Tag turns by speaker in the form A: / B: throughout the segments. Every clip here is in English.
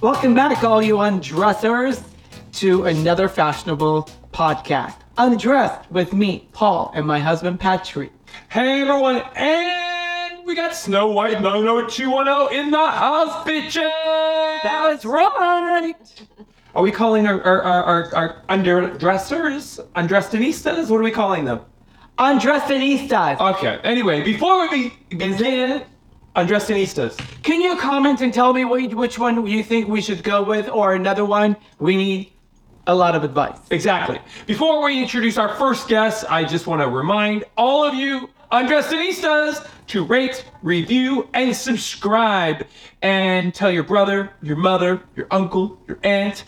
A: Welcome back, all you undressers, to another fashionable podcast. Undressed with me, Paul, and my husband, Patrick.
B: Hey everyone, and we got Snow White 90210 in the house, bitches!
A: That was right.
B: Are we calling our our our, our, our underdressers undressinistas? What are we calling them?
A: Undressed in East Side.
B: Okay. Anyway, before we be- begin, undressinistas.
A: Can you comment and tell me wh- which one you think we should go with or another one? We need a lot of advice.
B: Exactly. Before we introduce our first guest, I just want to remind all of you undressinistas to rate, review, and subscribe, and tell your brother, your mother, your uncle, your aunt.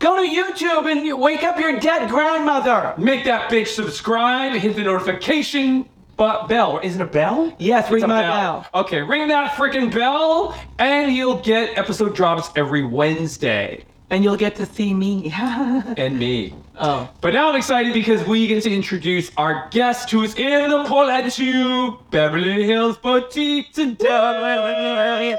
A: Go to YouTube and you- wake up your dead grandmother.
B: Make that bitch subscribe. Hit the notification bu- bell. Is it a bell?
A: Yes, ring
B: It's a
A: my
B: Okay, ring that freaking bell, and you'll get episode drops every Wednesday.
A: And you'll get to see me.
B: And me.
A: oh.
B: But now I'm excited because we get to introduce our guest who's in the pool at you, Beverly Hills Boutique today.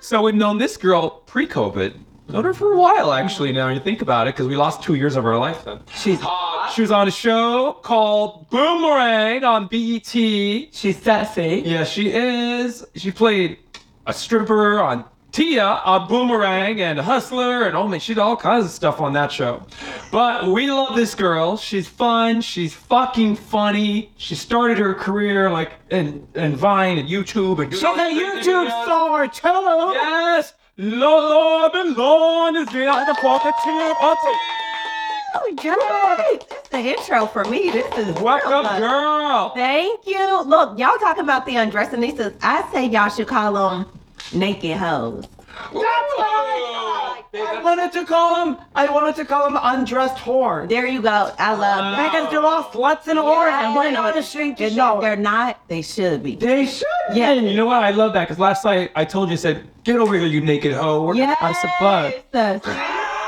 B: So we've known this girl pre-COVID. Known her for a while, actually, now you think about it, because we lost two years of our life then.
A: She's
B: Uh, she was on a show called Boomerang on E BET.
A: She's sassy.
B: Yeah, she is. She played a stripper on Tia on Boomerang and Hustler, and oh man, she did all kinds of stuff on that show. But we love this girl. She's fun. She's fucking funny. She started her career like in, in Vine and YouTube and
A: She's a YouTube star too.
B: Yes, Lolo Belon is behind the pocket tube.
C: Oh, Joey, this is the intro for me. This is real
B: Welcome,
C: fun.
B: girl.
C: Thank you. Look, y'all talking about the undressinistas. I say y'all should call them naked hoes.
A: I wanted to call him. I wanted to call him undressed whore.
C: There you go. I love that.
A: Because they're all sluts and whores, and we're not ashamed to
C: They're
A: know
C: not,
A: it.
C: they're not. They should be.
A: They should.
C: Yeah.
B: You know what? I love that because last night I told you, I said, get over here, you naked hoe. We're
C: Yes.
B: gonna bust a butt.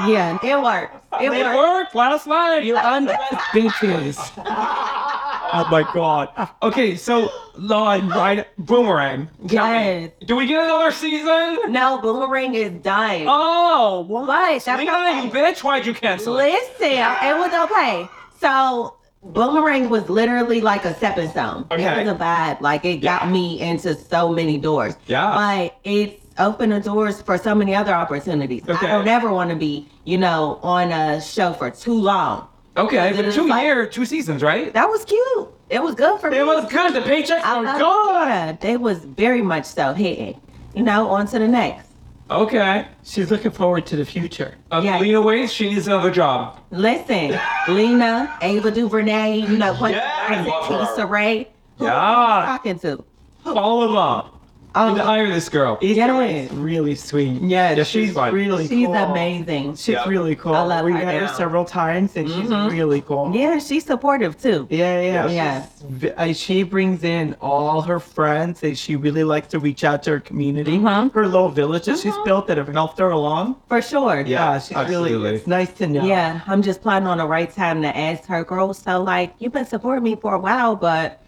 C: Yeah, it works. It
B: It
C: works.
B: worked last night.
A: You undressed bitches.
B: Oh my god. Okay, so Lon, right? Boomerang.
C: Yes.
B: Do we get another season?
C: No, Boomerang is dying.
B: Oh, what?
C: What? That's
B: Leon, you bitch, why'd you cancel it?
C: Listen, it was okay. So Boomerang was literally like a stepping stone.
B: Okay.
C: It was a vibe. Like it
B: Yeah.
C: got me into so many doors.
B: Yeah.
C: But it's opened the doors for so many other opportunities.
B: Okay.
C: I don't ever want to be, you know, on a show for too long.
B: Okay,
C: It
B: but
C: was
B: two
C: like-
B: year, two seasons, right?
C: That was cute. It was good for me.
B: It was good. The paychecks
C: I
B: were
C: loved
B: good.
C: it. They was very much so hitting. You know, on to the next.
B: Okay.
A: She's looking forward to the future.
B: Uh,
C: Yeah.
B: Lena Waits, she needs another job.
C: Listen, Lena, Ava DuVernay, you know, Quincy
B: Yeah, I love her.
C: Issa Rae. Who are
B: Yeah.
C: you talking to?
B: All of them.
C: Oh,
B: Need to hire this girl.
A: It's really sweet. Yeah,
B: Yeah, she's fine.
A: really
C: She's
A: cool.
C: amazing.
A: She's
B: Yeah.
A: really cool.
C: I love
A: we
C: her
A: met her
C: now.
A: several times, and she's really cool.
C: Yeah, she's supportive too.
A: Yeah, yeah,
C: Yeah.
A: she's v- uh, she brings in all her friends, and she really likes to reach out to her community,
C: Mhm.
A: her little villages she's built that have helped her along.
C: For sure.
B: Yeah,
A: she's really.
B: absolutely.
A: It's nice to know.
C: Yeah, I'm just planning on the right time to ask her, girl. So, like, you've been supporting me for a while, but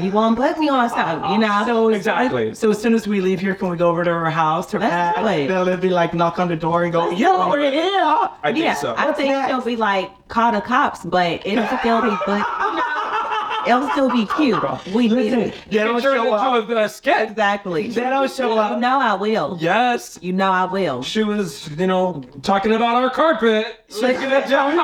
C: you won't put me on something, you know?
A: So as-
B: Exactly.
A: so as soon as we leave here, can we go over to her house? Her
C: Let's
A: pad?
C: do it.
A: Then it'll be like knock on the door and go, yo, we're here.
B: I think
C: yeah,
B: so.
C: I think
A: What's
C: she'll be like, call the cops, but it'll still be, but it'll still be cute. We need
A: Listen,
C: it.
A: they don't
B: Turn
A: show up.
B: into a, uh, skit.
C: Exactly.
A: They don't show
C: You
A: up.
C: know I will.
B: Yes.
C: You know I will.
B: She was, you know, talking about our carpet.
A: Listen, that John.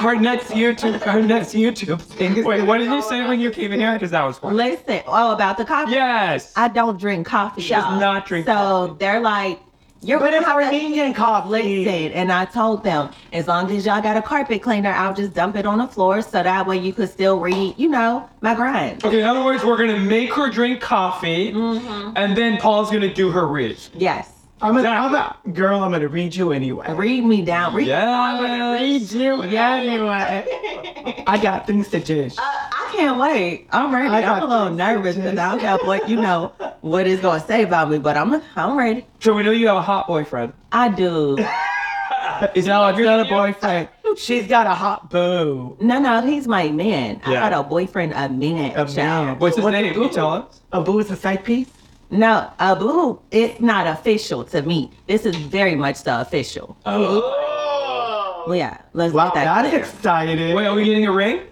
A: Her next YouTube, her next YouTube thing. Is
B: Wait, what did you say when you came in here? Because that was fun.
C: Listen, oh, about the cops.
B: Yes.
C: I don't drink coffee.
B: She does
C: y'all.
B: not drink
C: so
B: coffee.
C: they're like, you're
A: But
C: gonna
A: it's
C: have to
A: Armenian coffee.
C: listen. And I told them, as long as y'all got a carpet cleaner, I'll just dump it on the floor so that way you could still read, you know, my grind.
B: Okay, in other words, we're gonna make her drink coffee, and then Paul's gonna do her read.
C: Yes.
A: I'm gonna, I'm gonna, girl, I'm gonna read you anyway.
C: Read me down. Read
B: Yes.
A: read you anyway. I got things to do.
C: I can't wait. I'm ready.
A: I got
C: I'm a little
A: things
C: nervous
A: to do.
C: because I don't know what you know what it's gonna say about me, but I'm I'm ready.
B: So we know you have a hot boyfriend.
C: I do. Uh,
B: Is that
A: No,
B: like
A: it's not a boyfriend. She's got a hot boo.
C: No, no, he's my man.
B: Yeah.
C: I got a boyfriend, a minute.
A: A
C: child.
A: man.
B: What's his
A: What-
B: name? Can you tell us?
A: A boo is a side piece?
C: No, uh, boo, it's not official to me. This is very much the official.
B: Oh.
C: Yeah, let's
A: Wow,
C: get that.
A: that
C: clear.
A: excited.
B: Wait, are we getting a ring?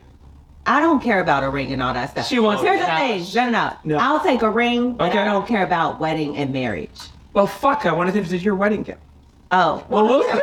C: I don't care about a ring and all that stuff.
B: She wants
C: Here's the
B: cash.
C: thing. No, no,
A: No.
C: no. I'll take a ring, but
B: Okay.
C: I don't care about wedding and marriage.
B: Well, fuck, I wanted him to do your wedding gown.
C: Oh, well,
B: Well, look.
C: we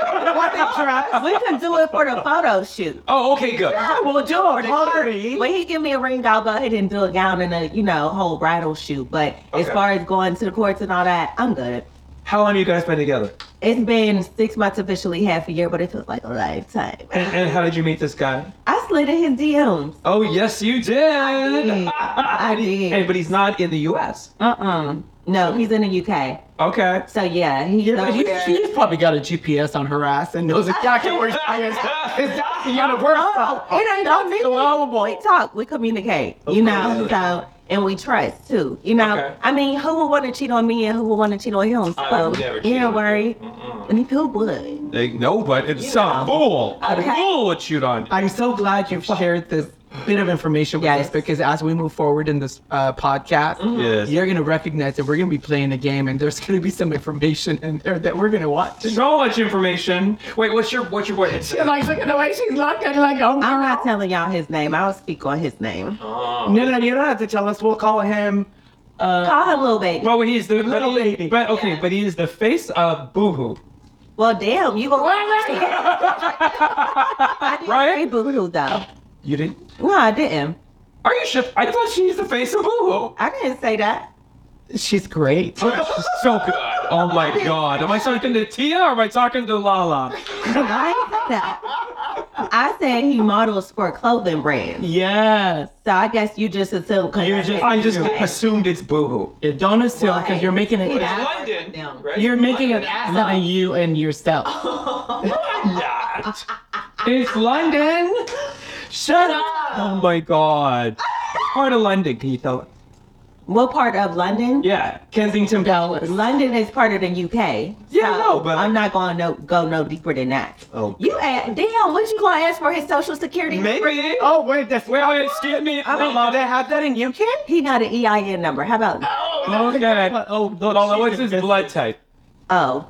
C: can do it for the photo shoot.
B: oh, okay, good.
C: Well, George,
A: Party.
C: when he give me a ring, I'll go ahead and do a gown and a, you know, whole bridal shoot. But as
B: Okay.
C: far as going to the courts and all that, I'm good.
B: How long have you guys been together?
C: It's been six months officially, half a year, but it feels like a lifetime.
B: And, and how did you meet this guy?
C: I slid in his DMs.
B: Oh, yes, you did.
C: did. I did.
B: And- but he's not in the U.S.
C: Uh uh No, he's in the UK.
B: Okay.
C: So yeah, he's
A: Oh, Yeah,
C: over
A: but he,
C: there.
A: she's probably got a GPS on her ass and knows exactly where she is. It's not the
C: Oh,
A: universal.
C: it ain't no me.
A: allowable.
C: We talk, we communicate, you know,
B: Okay.
C: so, and we trust too, you know.
B: Okay.
C: I mean, who would want to cheat on me and who would want to cheat on him?
B: I
C: So,
B: would never cheat
C: you
B: on
C: don't
B: you.
C: worry.
B: Mm-mm.
C: And who would?
B: They, no, but it's some fool. A
C: Okay.
B: fool would shoot on you.
A: I'm so glad you've shared this bit of information with
C: Yes.
A: us because as we move forward in this uh, podcast,
B: Yes.
A: you're going to recognize that we're going to be playing a game and there's going to be some information in there that we're going to watch.
B: So much information. Wait, what's your what's your boy?
A: like, look at the way she's looking. Like, oh,
C: I'm not telling y'all his name. I'll speak on his name.
B: Uh-huh.
A: No, no, you don't have to tell us. We'll call him.
C: Call him Lil Baby. Well,
B: Well, he's the
A: Little
B: but he-
A: lady.
B: But okay, but he is the face of Boohoo.
C: damn, you gonna I didn't
B: Right?
C: say boo-hoo though.
B: You didn't?
C: No, I didn't.
B: Are you sure? I thought she's the face of Boohoo.
C: I didn't say that.
A: She's great.
B: She's so good. Oh my god. Am I talking to Tia or am I talking to Lala?
C: I didn't say that. I said he models for clothing brands.
A: Yes.
C: So I guess you just assume. 'cause
A: You
C: I
A: just-
C: said-
B: I just assumed it's Boohoo.
A: Yeah, don't assume because you're making it.
C: Yeah.
B: London, right?
A: You're making an ass out of you and yourself.
B: not. It's London. Shut up. Oh my god. What Part of London, can you tell? us?
C: What part of London?
B: Yeah.
A: Kensington Palace.
C: London is part of the UK.
B: Yeah, I
C: so
B: know, but-
C: I'm not going to no, go no deeper than that.
B: Oh.
C: You ask, damn, what you going to ask for his social security?
B: Maybe.
A: Oh wait, that's
B: Well, excuse me.
A: I don't know. They have that in UK.
C: He got an EIN number. How about,
B: Okay.
A: Oh, look,
B: Lola, what's
A: she's
B: his
A: a-
B: blood type?
C: oh,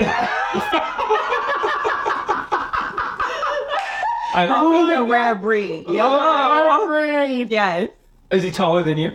B: I
C: he's a rare breed.
A: Oh, great.
C: Yes.
B: Is he taller than you?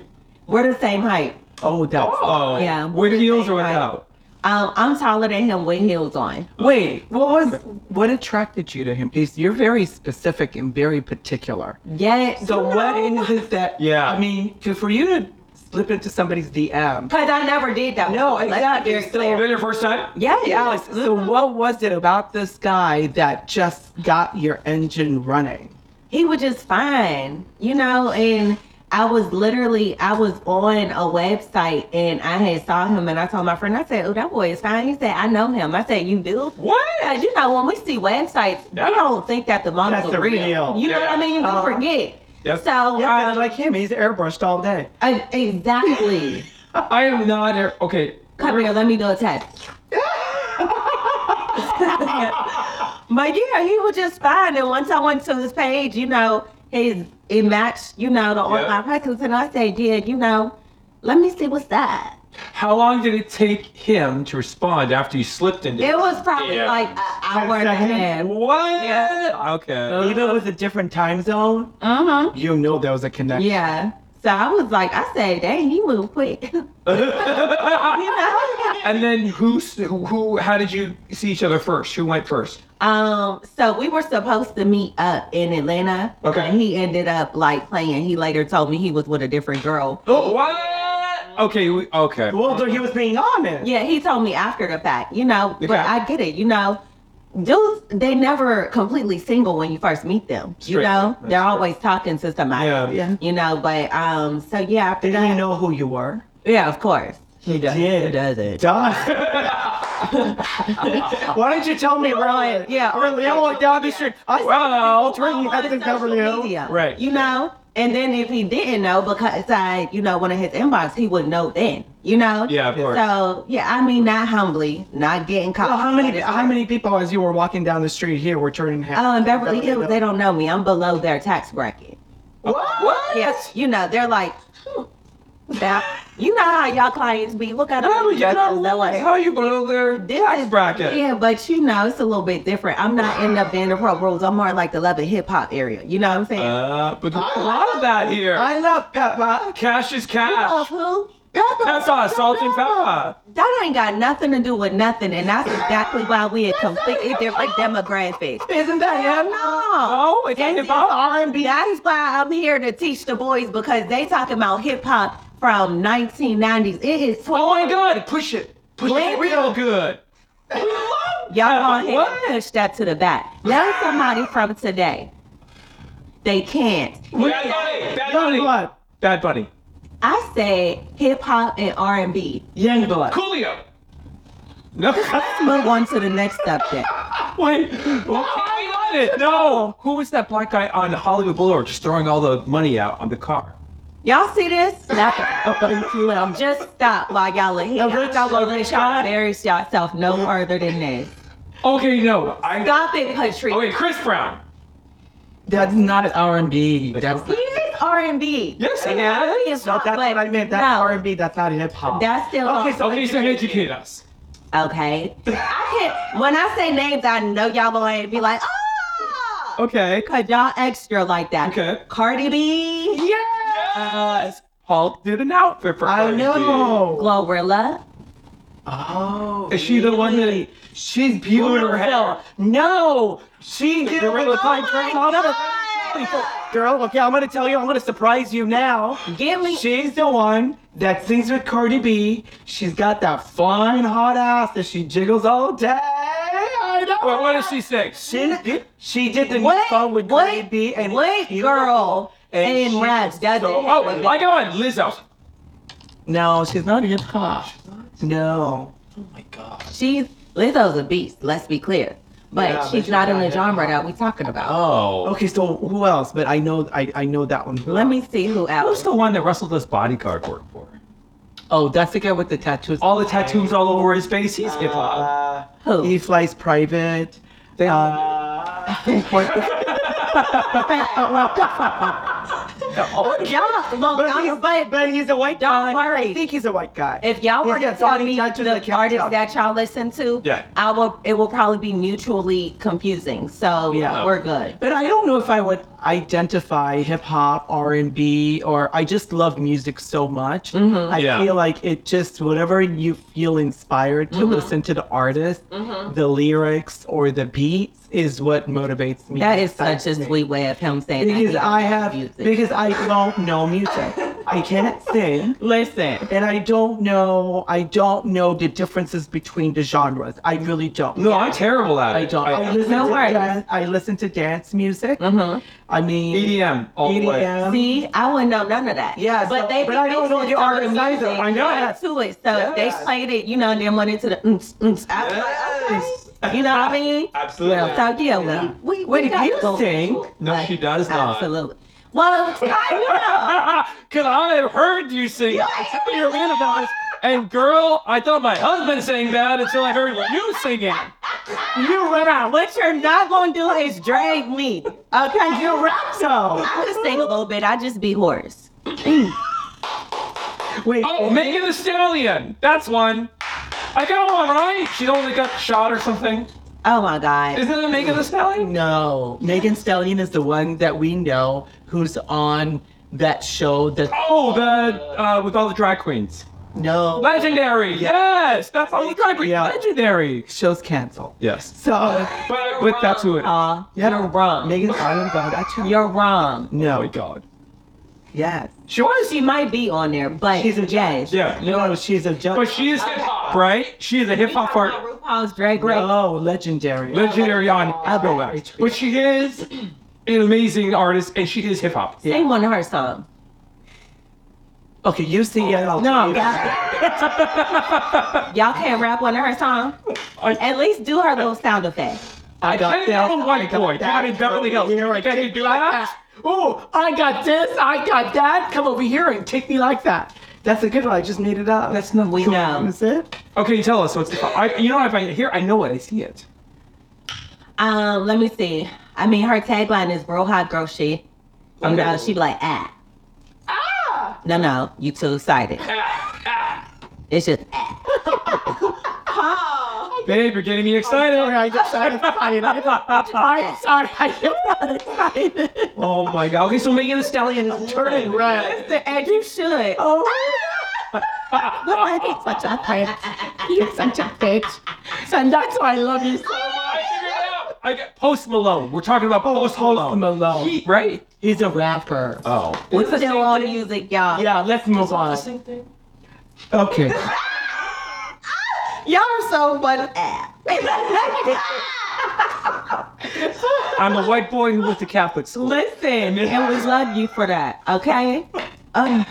C: We're the same height.
A: Oh, that's.
B: Oh.
C: Yeah,
B: With
C: we're the
B: heels or
C: same height.
B: without?
C: Um, I'm taller than him with heels on.
A: Wait, what was what attracted you to him? Is you're very specific and very particular.
C: Yes.
A: So what is it that?
B: Yeah.
A: I mean, 'cause for you to slip into somebody's DM.
C: Because I never did that.
A: No,
C: before. Let's be
A: exactly.
C: very
A: So-
C: clear.
B: Is that your first time?
C: Yes.
A: Yes. So what was it about this guy that just got your engine running?
C: he was just fine, you know, and I was literally I was on a website and I had saw him and I told my friend, I said, Oh, that boy is fine. He said, I know him. I said, You do?
B: What?
C: Because you know, when we see websites,
B: Yeah.
C: we don't think that the models
A: That's the
C: are real.
A: real.
C: You know
B: Yeah.
C: what I mean? We
A: Uh-huh.
C: forget.
B: Yep.
C: So
A: Yeah,
C: um,
A: like him, he's airbrushed all day.
C: I- exactly.
B: I am not. A, okay.
C: Come here, let me do a test. but yeah, he was just fine. And once I went to his page, you know, his it matched, you know, the online presence, and I said, yeah, you know, let me see what's that.
B: How long did it take him to respond after you slipped into
C: It was probably
B: Yeah.
C: like an hour and a half.
B: What?
C: Yeah.
B: Okay.
A: Even though it was a different time zone,
C: Uh huh.
A: you know there was a connection.
C: Yeah. So I was like, I said, dang, he moved quick. you know.
B: And then who, s- who? Who? How did you see each other first? Who went first?
C: Um, so we were supposed to meet up in Atlanta.
B: Okay.
C: And he ended up like playing. He later told me he was with a different girl.
B: Oh, what? Okay. We, okay.
A: Well, though he was being honest.
C: Yeah, he told me after the fact, you know, but
B: Okay.
C: I get it, you know. Dudes, they never completely single when you first meet them.
B: Straight.
C: You know,
B: That's
C: they're
B: true.
C: always talking to somebody.
B: Yeah.
A: Yeah.
C: You know, but um, so yeah, after
A: Did
C: that,
A: he uh, know who you were?
C: yeah, of course.
A: He
C: does-
A: did.
C: He does it.
A: Duh. Why didn't you tell me earlier?
C: yeah.
A: Really, I walked down the street. I
B: Well,
A: turn
C: on
A: at the
C: social
A: W.
C: media,
B: Right.
C: You know, and then if he didn't know because I, you know, one of his inbox, he would know then. You know.
B: Yeah, of course.
C: So yeah, I mean, not humbly, not getting caught.
A: Well, how many how many people as you were walking down the street here were turning hands?
C: Oh, in Beverly Hills, they don't
B: Uh,
C: know me. I'm below their tax bracket.
A: What?
C: Yes, you know, they're like, hmm, Now, you know how y'all clients be. Look at
B: How
C: them.
B: are you not
C: They're
B: like,
C: like,
B: how you below their
C: This
B: tax
C: is-
B: bracket?
C: Yeah, but you know, it's a little bit different. I'm not in the Vanderpump Rules. I'm more like the love and hip hop area. You know what I'm saying?
B: Uh, but there's a lot of that here.
A: I love Peppa.
B: cash is
C: You
B: cash.
C: love who?
A: Peppa.
B: Peppa, salt and pepper.
C: That ain't got nothing to do with nothing, and that's exactly why we are completely different demographics.
A: Isn't that him?
C: No,
B: Oh, it's
C: That's-
B: about R&B.
C: that's why I'm here to teach the boys because they talking about hip hop from 1990s. It is
B: Oh my God, push it. Push it
C: Blend
B: real good.
C: Y'all go ahead
B: What?
C: and push that to the back. Now somebody from today. They can't.
B: Bad
A: Young
B: Bunny.
A: blood.
B: Bad Bunny.
C: I said hip hop and R and B.
A: Young blood.
B: Coolio. No.
C: Let's move on to the next subject.
B: Wait. Well, I got it. No. Who was that black guy on Hollywood Boulevard just throwing all the money out on the car?
C: Y'all see this? oh, Nothing. Just stop while y'all are here.
A: The rich
C: Y'all gonna let
A: rich
C: y'all
A: guy.
C: embarrass yourself no further than this.
B: Okay, no. I.
C: Stop it, Patrice.
B: Oh wait, Chris Brown.
A: That's not an R&B. That's
C: He is R and B.
B: Yes, he
C: R&B
B: is.
C: is
A: no,
C: not,
A: that's
C: but
A: what I meant. That's
C: no,
A: R&B. That's not hip hop.
C: That's still
A: Okay,
C: R-
A: so-
B: Okay, so educate us.
C: okay. I can't. When I say names, I know y'all gonna be like, ah.
B: Okay.
C: Cause y'all extra like that.
B: Okay.
C: Cardi B,
A: Uh,
B: Yes. Paul did an outfit for
A: I
B: Cardi B.
A: know.
C: Glorilla.
A: Oh.
B: Is she the one that-
A: She's beautiful.
B: her hair?
A: No, she did it
B: Gorilla
A: with my
C: Glue.
A: dress
C: Oh
A: on.
C: my God.
A: Girl, okay, I'm gonna tell you. I'm gonna surprise you now.
C: Give me.
A: She's the one that sings with Cardi B. She's got that fine hot ass that she jiggles all day. I know.
B: Well, what does she say?
A: She did, she did the new
C: What-
A: song with
C: what-
A: Cardi B and
C: what girl in
A: she's
C: rap does it?
B: Oh, I got one. Lizzo.
A: No, she's not hip hop. No. Oh my god.
C: She's Lizzo's a beast. Let's be clear. But
A: Yeah, but
C: she's
A: she's
C: not in
A: not
C: the
A: hip
C: genre that we talking about.
B: Oh.
A: Okay, so who else? But I know I, I know that one.
C: Let me see who
B: Who's
C: else.
B: the one that Russell does bodyguard work for?
A: Oh, that's the guy with the tattoos.
B: All the tattoos all over his face. He's hip hop.
A: Uh,
C: Who?
A: he flies private. Uh,
C: Y'all, look,
A: But
C: I'm
A: he's,
C: but
A: but he's a white guy.
C: Don't worry.
A: I think he's a white guy.
C: if y'all were
A: He
C: to
A: gets
C: tell
A: all
C: me
A: these tattoos
C: the
A: that count
C: artists
A: up.
C: that y'all listen to,
B: Yeah.
C: I will. It will probably be mutually confusing. So
A: Yeah.
C: we're good.
A: But I don't know if I would identify hip hop, R and B, or I just love music so much.
C: Mm-hmm.
A: I
B: Yeah.
A: feel like it just whatever you feel inspired to
C: Mm-hmm.
A: listen to the artist, the lyrics or the beats is what motivates me.
C: That
A: and
C: is such a
A: excites me.
C: sweet way of him saying
A: because
C: that.
A: I have
C: music.
A: because I don't know music. I can't sing.
C: Listen,
A: And I don't know. I don't know the differences between the genres. I really don't.
B: No, I'm terrible at it.
A: I don't. I, listen
C: No
A: to
C: worries.
A: dan- I listen to dance music.
C: Mhm.
A: I mean
B: EDM E all the way.
A: EDM.
C: see, I wouldn't know none of that.
A: Yeah,
C: but
A: so-
C: they
A: but I don't know
C: mixing
A: the
C: some of
A: artists either.
C: music
A: I know
C: and
A: that.
C: to it. So
A: Yes.
C: they played it, you know, and then went into the. Mm, mm, I was like, okay. You know what I mean?
B: Absolutely.
C: So yeah, we we
A: Wait,
C: we
A: if you
C: gotta go-
A: sing,
B: No, she does not.
C: Absolutely. Well, I
B: Cause I have heard you sing. You're in about it. And girl, I thought my husband sang that until I heard you singing.
C: know you run out. What you're not gonna do is drag me. Okay, you're right.
A: So
C: I could sing a little bit. I just be hoarse.
A: wait,
B: Oh, Megan the Stallion. That's one. I got one right. She only got shot or something.
C: Oh my god.
B: Isn't it Megan the Stallion?
A: no. Megan Stallion is the one that we know who's on that show. That
B: Oh, the uh, with all the drag queens.
A: no
B: Legendary. Yes, that's all the drag queens.
A: Yeah.
B: Legendary.
A: show's canceled.
B: Yes.
A: So
B: But, but that's who it. Oh
C: Uh,
A: Yeah.
C: You're wrong.
A: Megan Stallion got that show.
C: You're wrong.
A: No.
B: Oh, my God.
A: Yes.
B: She was.
C: She might be on there, but
A: She's a
C: yes.
B: Yeah.
A: No, she's a judge.
B: But she is hip hop, right? She is a hip hop
C: part.
B: artist.
C: RuPaul's Drag Race.
A: Oh, legendary.
B: legendary on
A: Okay.
B: Afroact. But she is an amazing artist and she is hip hop.
A: Yeah.
C: Sing one of her songs.
A: okay, you see it. I'll
C: No,
A: see it.
C: y'all, y'all can't rap one of her songs.
B: I,
C: At least do her little sound effect.
A: I
B: I
A: got that.
B: know white boy. You got in Beverly Hills.
A: Here I
B: Can you
A: take
B: do
A: me like
B: that?
A: that. Oh, I got this. I got that. Come over here and take me like that. That's a good one. I just made it up.
C: That's not- we
A: Cool.
C: know.
A: Is it?
B: Okay, tell us what's. I, you know, if I hear, I know it. I see it.
C: Um, let me see. I Oh, mean, her tagline is "Real Hot Girl Shit." You
B: Okay.
C: know, she like ah.
A: Ah!
C: No, no, you too excited. it's just. ah. Paul.
B: Babe, you're getting me excited.
A: Sorry, I just I'm excited. I'm sorry, I get excited.
B: Oh my god. Okay, so making the stallion is turning red.
A: Right.
C: And you should.
A: Oh, I hate such a bitch. You're such a bitch. And that's why I love you so much.
B: I figured it out. I got Post Malone. We're talking about Post Malone.
A: Malone.
B: He- right?
A: He's a rapper.
B: Oh.
C: We
B: What's the
C: still
B: same
C: on
B: thing?
C: music, y'all.
A: Yeah, let's move on.
B: Same thing?
A: Okay.
C: Y'all are so funny.
B: I'm a white boy who went to Catholic school.
C: Listen, and we love you for that, okay? Ugh.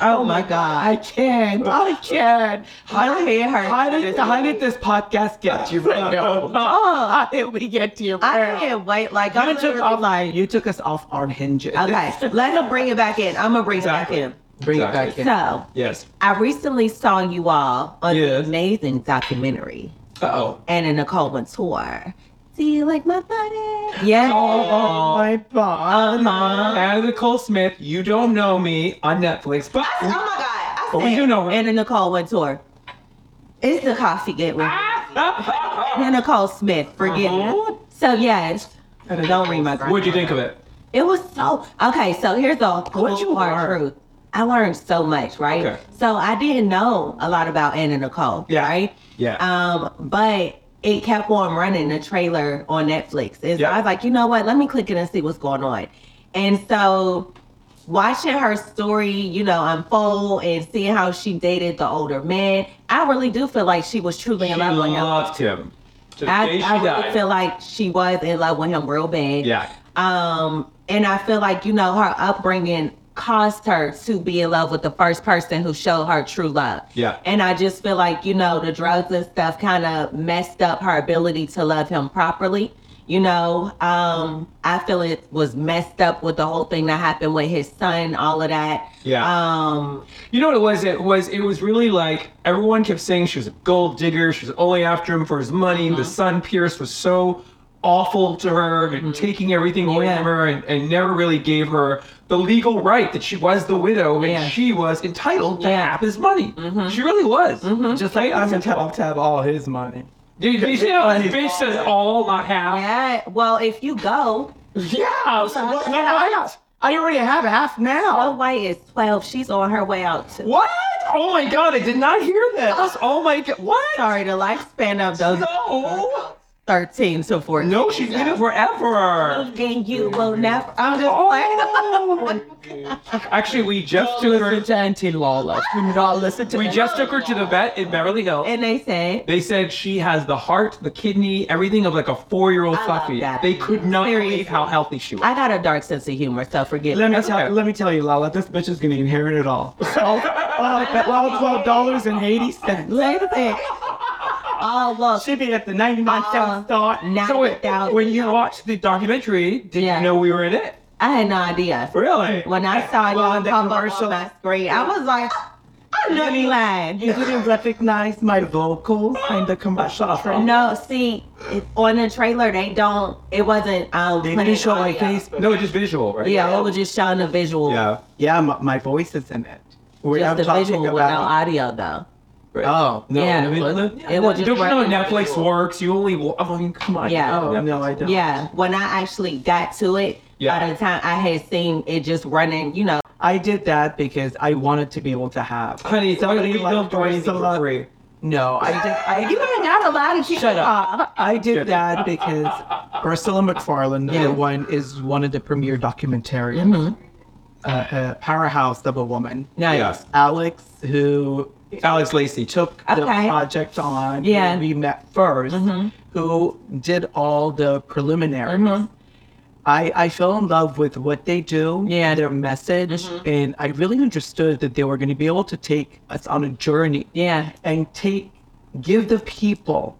C: oh my God.
A: I can. I can.
C: I don't hear her.
A: How did, how did this podcast get you right now?
C: Oh,
A: How did we get to you?
C: I
A: right now?
C: can't wait. Like,
A: You
C: I'm
A: took
C: literally
A: off
C: like,
A: You took us off our hinges.
C: okay, let him bring it back in. I'm going to bring
B: Exactly.
C: it
A: Bring it back
B: Exactly.
A: in.
C: back in. So,
B: Yes.
C: I recently saw you all on an
B: Yes.
C: amazing documentary
B: Uh oh.
C: and a Nicole Montour. Do you like my body? Yeah.
B: Oh.
A: my
C: Oh,
A: God.
C: my.
B: Anna Nicole Smith, you don't know me on Netflix, but
C: Oh my God. I
B: But we do know her.
C: And a Nicole Montour. It's the coffee gateway.
B: Ah.
C: Anna Nicole Smith, forgive
B: Uh-huh.
C: me. So yes, don't read my.
B: what'd you think of it?
C: It was so okay. So here's the
B: What'd you
C: whole hard
B: learn?
C: truth. I learned so much, right?
B: Okay.
C: So I didn't know a lot about Anna Nicole,
B: Yeah.
C: right?
B: Yeah.
C: Um, but it kept on running the trailer on Netflix. And so
B: Yeah.
C: I was like, you know what? Let me click it and see what's going on. And so watching her story, you know, unfold and seeing how she dated the older man, I really do feel like she was truly
B: She
C: in love with him.
B: loved him. To the
C: I,
B: day she
C: I really
B: died.
C: feel like she was in love with him real bad.
B: Yeah.
C: Um, and I feel like you know her upbringing caused her to be in love with the first person who showed her true love.
B: Yeah.
C: And I just feel like you know the drugs and stuff kind of messed up her ability to love him properly. You know, um, I feel it was messed up with the whole thing that happened with his son, all of that.
B: Yeah.
C: Um,
B: You know what it was? It was it was really like everyone kept saying she was a gold digger. She was only after him for his money. The son Pierce was so awful to her and taking everything away
C: Yeah.
B: from her and, and never really gave her the legal right that she was the widow and
C: Yeah.
B: she was entitled to
C: Yeah.
B: half his money. She really was.
A: Just like I'm entitled to have all his money.
B: Dude, you see how this bitch says all, not half?
C: yeah. Well, if you go,
A: Yeah. So what, no, I got. I already have half
C: Snow
A: now.
C: White is twelve. She's on her way out too.
B: What? Oh my god, I did not hear this. Oh my god, what?
C: Sorry, the lifespan of those
B: No.
C: 13 to 14.
B: No, she's been it forever.
C: And you will never. I'm just
B: Oh. Actually, we just took her.
A: to Auntie Lala. Do not listen to
B: We
A: her.
B: just took her to the vet in Beverly Hills.
C: playing. And they said,
B: They said she has the heart, the kidney, everything of like a four-year-old
C: I love
B: puppy.
C: that.
B: They could not
C: Seriously.
B: believe how healthy she was.
C: I got a dark sense of humor, so forgive
A: Let
C: me.
A: me tell. Let me tell you, Lala. This bitch is gonna inherit it all. All twelve dollars and eighty cents.
C: Listen. Oh, look.
A: She be at the ninety-nine
C: Uh,
A: cent store.
B: So wait,
C: 90,000.
B: when you watched the documentary, did
C: Yeah.
B: you know we were in it?
C: I had no idea.
B: Really?
C: When I saw you
A: Well,
C: on
A: the
C: pop up on
A: commercial-
C: my screen, I was like, I know you lying.
A: You didn't recognize my vocals in the commercial.
C: No, see, it, on the trailer, they don't, it wasn't. Um,
A: They didn't show my
C: audio.
A: face. but-
B: No, it's just visual, right?
C: Yeah, it was just showing the visual.
B: Yeah.
A: Yeah, my, my voice is in it. We
C: Just
A: are
C: the visual
A: talking
C: without
A: about.
C: audio, though.
A: Oh
B: No,
C: Yeah,
B: I mean,
C: it
B: no,
C: was-
B: yeah,
C: it was
B: no,
C: just
B: don't you know
C: right-
B: how Netflix works? You only, wa- I mean, come on.
C: Yeah.
A: Oh no, I don't.
C: Yeah, when I actually got to it,
B: Yeah.
C: by the time I had seen it just running, you know,
A: I did that because I wanted to be able to have.
B: Honey, it's not
A: Somebody
B: gonna be
A: like
B: built for anything
A: Ursula.
B: for free.
A: No, I did. I
C: you are not allowed to keep
A: Shut
C: up.
A: I did that because Ursula McFarlane,
C: Yeah.
A: the one, is one of the premier documentarians. Uh, uh, powerhouse of a woman.
C: Nice.
B: Yes.
A: Alex, who
B: Alex Lacey.
A: took the
C: Okay.
A: project on, who
C: Yeah. Mm-hmm.
A: we met 1st who did all the preliminaries.
C: Mhm.
A: I, I fell in love with what they do,
C: Yeah. Mm-hmm.
A: their message, and I really understood that they were going to be able to take us on a journey
C: Yeah.
A: and take give the people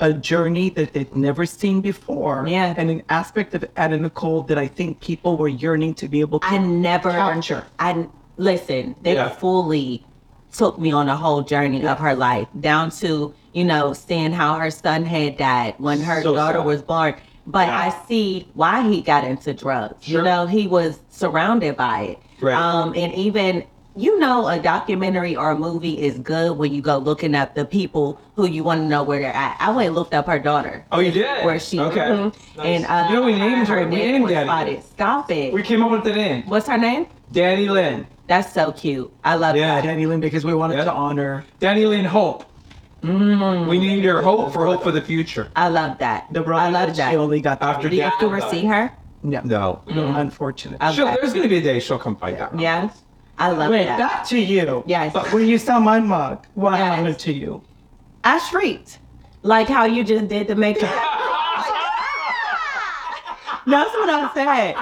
A: a journey that they'd never seen before
C: Yeah.
A: and an aspect of Anna Nicole that I think people were yearning to be able to
C: I never.
A: Capture.
C: I listen. They
B: Yeah.
C: fully took me on a whole journey of her life, down to you know seeing how her son had died when her
B: So
C: daughter
B: sad.
C: was born. But
B: Yeah.
C: I see why he got into drugs. You
B: Sure.
C: know, he was surrounded by it.
B: Right.
C: Um, and even you know a documentary or a movie is good when you go looking up the people who you want to know where they're at. I went and looked up her daughter.
B: Oh, you did?
C: Where she
B: Okay.
C: Mhm.
A: Mm-hmm.
C: and uh,
B: You know, we named her. We
C: neck
B: named
C: was
B: Danny.
C: spotted. Stop it.
B: We came up with the name
C: What's her name?
B: Danny Lynn.
C: That's so cute. I love
B: Yeah.
C: that.
A: Danny Lynn because we wanted
B: Yeah.
A: to honor
B: Danny Lynn Hope.
A: Mm-hmm.
B: We named her Hope for Hope for the Future.
C: I love that.
A: the
C: I
A: bride.
C: love
A: She
C: that.
A: only got
B: After
C: Do you have to ever see her?
A: no,
B: No.
A: Mm-hmm. unfortunate.
C: I-
B: She'll, there's going to be a day she'll come find out.
C: Yeah. I love
A: Wait,
C: that.
A: back to you.
C: Yes.
A: But when you saw my mug, what
C: Yes.
A: happened to you?
C: I shrieked. Like how you just did to make That's what I'm saying.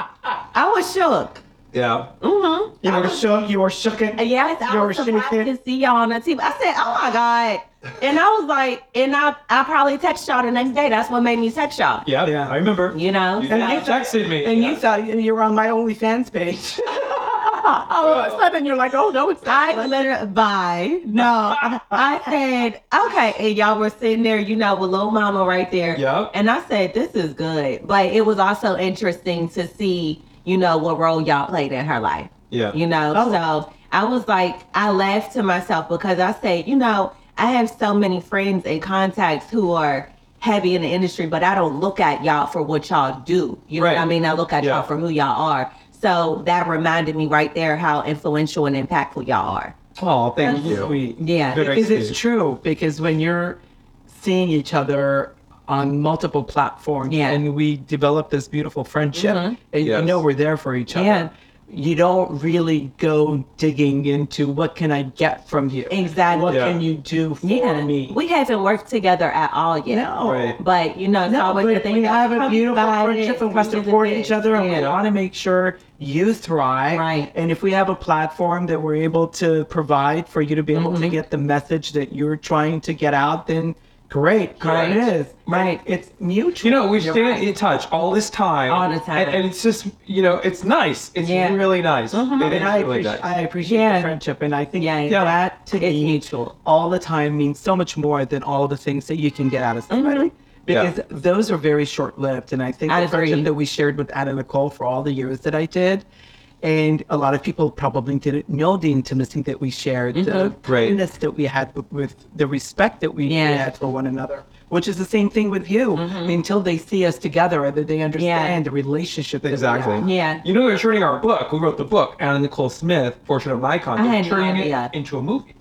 C: I was shook.
B: Yeah.
C: Mm-hmm.
A: You were shook. You were shooken.
C: Yes, I
A: You were
C: was surprised
A: shaken.
C: to see y'all on the TV. I said, "Oh my god!" And I was like, and I, I probably text y'all the next day. That's what made me text y'all.
B: Yeah.
A: Yeah.
B: I remember.
C: You know,
B: You
A: And
B: Yeah,
A: you
B: texted me.
A: And you
B: Yeah.
A: thought you were on my OnlyFans page. All of a sudden, you're like, oh no, it's not.
C: I literally bye. No, I said okay, and y'all were sitting there, you know, with little mama right there.
B: Yep.
C: And I said, this is good, but it was also interesting to see, you know, what role y'all played in her life.
B: Yeah.
C: You know,
A: Oh.
C: so I was like, I laughed to myself because I said, you know, I have so many friends and contacts who are heavy in the industry, but I don't look at y'all for what y'all do. You know
B: Right.
C: what I mean? I look at
B: Yeah.
C: y'all for who y'all are. So that reminded me right there how influential and impactful y'all are.
B: Oh, thank
A: That's
B: you.
A: sweet.
C: Yeah.
B: Very
A: Because it's
B: sweet.
A: true. Because when you're seeing each other on multiple platforms
C: Yeah.
A: and we develop this beautiful friendship
C: Mhm.
A: and
B: Yes.
A: you know we're there for each other.
C: Yeah.
A: You don't really go digging into what can I get from you?
C: Exactly.
A: What
B: Yeah.
A: can you do for
C: Yeah.
A: me?
C: We haven't worked together at all yet.
A: no.
B: Right.
C: But you know, it's
A: No,
C: always the
A: but
C: thing
A: we
C: that
A: have a
C: comes
A: beautiful
C: by
A: friendship
C: this,
A: and we
C: comes to
A: support
C: this.
A: each other and we
C: Yeah.
A: want to make sure you thrive.
C: Right.
A: And if we have a platform that we're able to provide for you to be able
C: Mm-hmm.
A: to get the message that you're trying to get out, then great.
C: Right.
A: It is.
C: Right.
A: It's mutual.
B: You know, we stay in touch all this time.
C: All the time.
B: And, and it's just, you know, it's nice. It's
C: Yeah.
B: really nice. It is
A: Mm-hmm. and Uh-huh. I,
B: really
A: appreci-
B: nice.
A: I appreciate
C: Yeah.
A: the friendship. And I think
C: Yeah, yeah.
A: that to
C: It's
A: me,
C: mutual.
A: all the time means so much more than all the things that you can get out of somebody.
B: Yeah.
A: Because those are very short lived. And I think
C: Mm-hmm. I
A: the friendship
C: agree.
A: that we shared with Anna Nicole for all the years that I did. And a lot of people probably didn't know the intimacy that we shared, the
B: Right.
A: kindness that we had with, with the respect that we
C: Mm-hmm. Yeah. Mm-hmm.
A: had for one another, which is the same thing with you. I mean, until they see us together, or that they understand the relationship. that we
B: Exactly.
A: have.
C: Yeah.
B: You know, we're turning our book. We wrote the book, Anna Nicole Smith, Portrait of an Icon.
C: I
B: We're
C: had no
B: turning
C: idea.
B: it into a movie.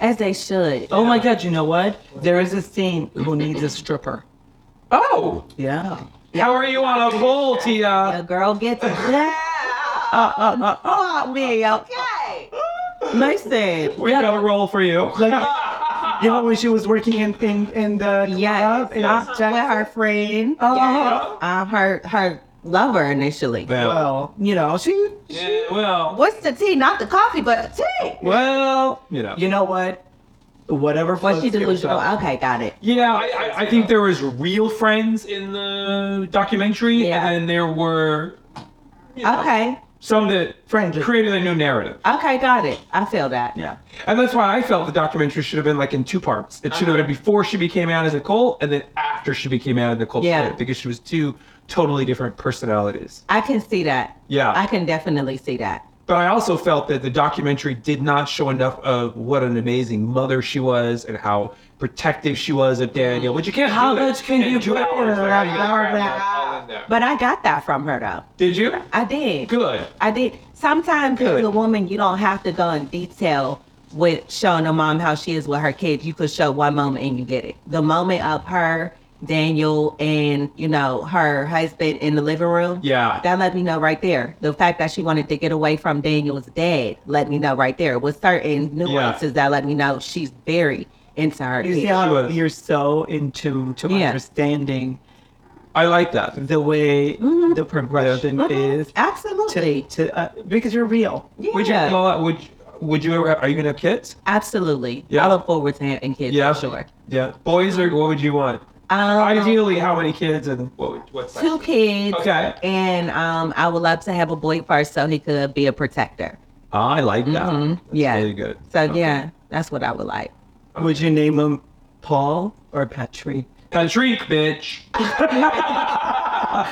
C: As they should.
A: Oh my God, you know what? There is a scene who needs a stripper.
B: Oh,
A: Yeah.
B: how are you on a roll, Tia?
C: A girl gets it.
A: Uh,
C: oh, me, okay. Listen.
B: We got a roll for you.
A: Like,
C: uh,
A: you know, when she was working in in, in the
C: Yes,
A: club in
C: I'm with
A: Jackson-
C: her friend.
A: Oh.
C: Yes. I'm her her lover initially.
A: Well, you know, she,
B: Yeah, well,
C: What's the tea? Not the coffee, but the tea.
B: well, you know.
A: you know what? Whatever.
C: Was she Oh,
A: floats your
C: delusional?
A: boat.
C: Okay, got it.
B: Yeah, I, I, I think there was real friends in the documentary,
C: Yeah.
B: and then there were
C: Okay.
B: some that
A: Friendly.
B: created a new narrative.
C: Okay, got it. I feel that.
A: Yeah.
B: And that's why I felt the documentary should have been like in two parts. It should have
A: Uh-huh.
B: been before she became Anna Nicole, and then after she became Anna Nicole
C: Yeah.
B: Smith, because she was two totally different personalities.
C: I can see that.
B: Yeah.
C: I can definitely see that.
B: But I also felt that the documentary did not show enough of what an amazing mother she was and how protective she was of Daniel. Which you can't.
A: How
B: do that.
A: much can you
B: can't do
A: put
B: it.
A: in
B: It's like, I
A: an
B: gotta
A: hour and
B: cram
A: a
B: that all
A: half?
B: in there.
C: But I got that from her though.
B: Did you?
C: I did.
B: Good.
C: I did. Sometimes
B: Good.
C: as a woman, you don't have to go in detail with showing a mom how she is with her kids. You could show one moment and you get it. The moment of her, Daniel, and you know her husband in the living room.
B: Yeah.
C: that let me know right there. The fact that she wanted to get away from Daniel's dad let me know right there. With certain nuances that let me know she's very into her
A: You see
C: kids.
A: how
B: was.
A: you're so into to
C: Yeah.
A: understanding
B: I like that.
A: the way the progression is to,
C: Mm-hmm. Absolutely.
A: to uh, because you're real.
B: Would you?
C: Yeah.
B: Lola, would would you ever? Have, are you gonna have kids?
C: Absolutely.
B: Yeah.
C: I look forward to having kids for sure.
B: Yeah. Boys or what would you want?
C: Um,
B: Ideally, how many kids and what? Would, what's
C: two kids.
B: Okay.
C: And um, I would love to have a boy first so he could be a protector.
B: Oh, I like that.
C: Mhm.
B: That's
C: Yeah.
B: Really good.
C: So
B: Okay.
C: yeah, that's what I would like.
A: Would you name him Paul or Patrick?
B: Patrick, bitch.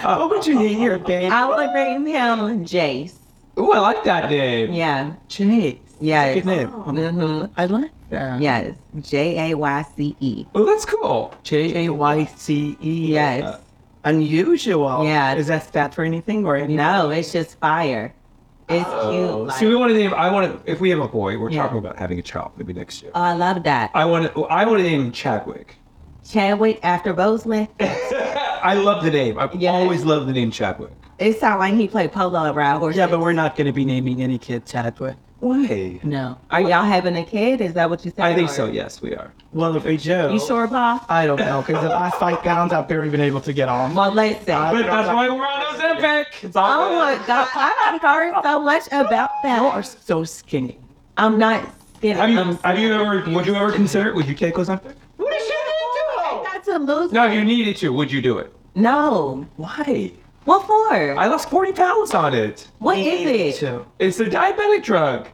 A: what would you name your baby?
C: I would name him Jace.
B: Ooh, I like that name.
C: Yeah.
A: Jace.
C: Yes.
A: Good name.
C: Mm-hmm. I like
A: Yeah.
C: Yes. J A Y C E.
B: Oh, that's cool.
A: J A Y C E.
C: Yes.
A: Unusual.
C: Yeah.
A: Is that stat for anything or anything?
C: No, it's just fire. It's cute.
B: Oh. See, we
C: like-
B: want to name. I want to. If we have a boy, we're
C: Yeah.
B: talking about having a child maybe next year.
C: oh, I love that.
B: I want to. I want to name him Chadwick.
C: Chadwick after Bozeman.
B: I love the name. I've
C: Yeah.
B: always loved the name Chadwick.
C: It sounds like he played polo and ride horses.
A: Yeah, but we're not going to be naming any kid Chadwick.
B: Why?
A: No.
C: Are y'all having a kid? Is that what you said?
B: I think
C: Or-
B: so. Yes, we are.
A: Well, if we do.
C: You sure, Pa?
A: I don't know, because the last five pounds I've barely been able to get on.
C: Well, listen.
A: I-
B: But that's why we're on Ozempic. It's all
C: Oh my God, I have heard so much about
A: You are
C: that.
A: so skinny.
C: I'm not skinny.
B: Have you
C: I'm
B: have you ever would you ever consider would you take Ozempic?
A: What is
C: I got to lose.
B: No, you needed to. Would you do it?
C: No.
B: Why?
C: What for?
B: I lost forty pounds on it.
C: what is it?
A: Too.
B: It's a diabetic drug.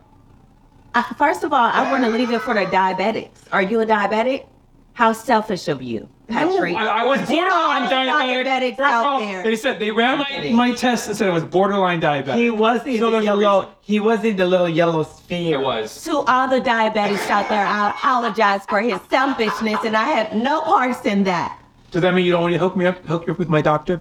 C: I, first of all, I want to leave it for the diabetics. Are you a diabetic? How selfish of you, Patrick.
B: I, I was borderline
C: There's
B: diabetic.
C: diabetics
B: First of
C: out
B: all,
C: there.
B: They said they ran my,
C: Diabetic.
B: my test and said I was borderline
A: He
B: diabetic.
A: was in
B: So
A: the
B: there's a reason.
A: yellow. He was in the little yellow sphere.
B: It was.
C: to all the diabetics out there, I apologize for his selfishness, and I have no parts in that.
B: Does that mean you don't want to hook me up? Hook you up with my doctor?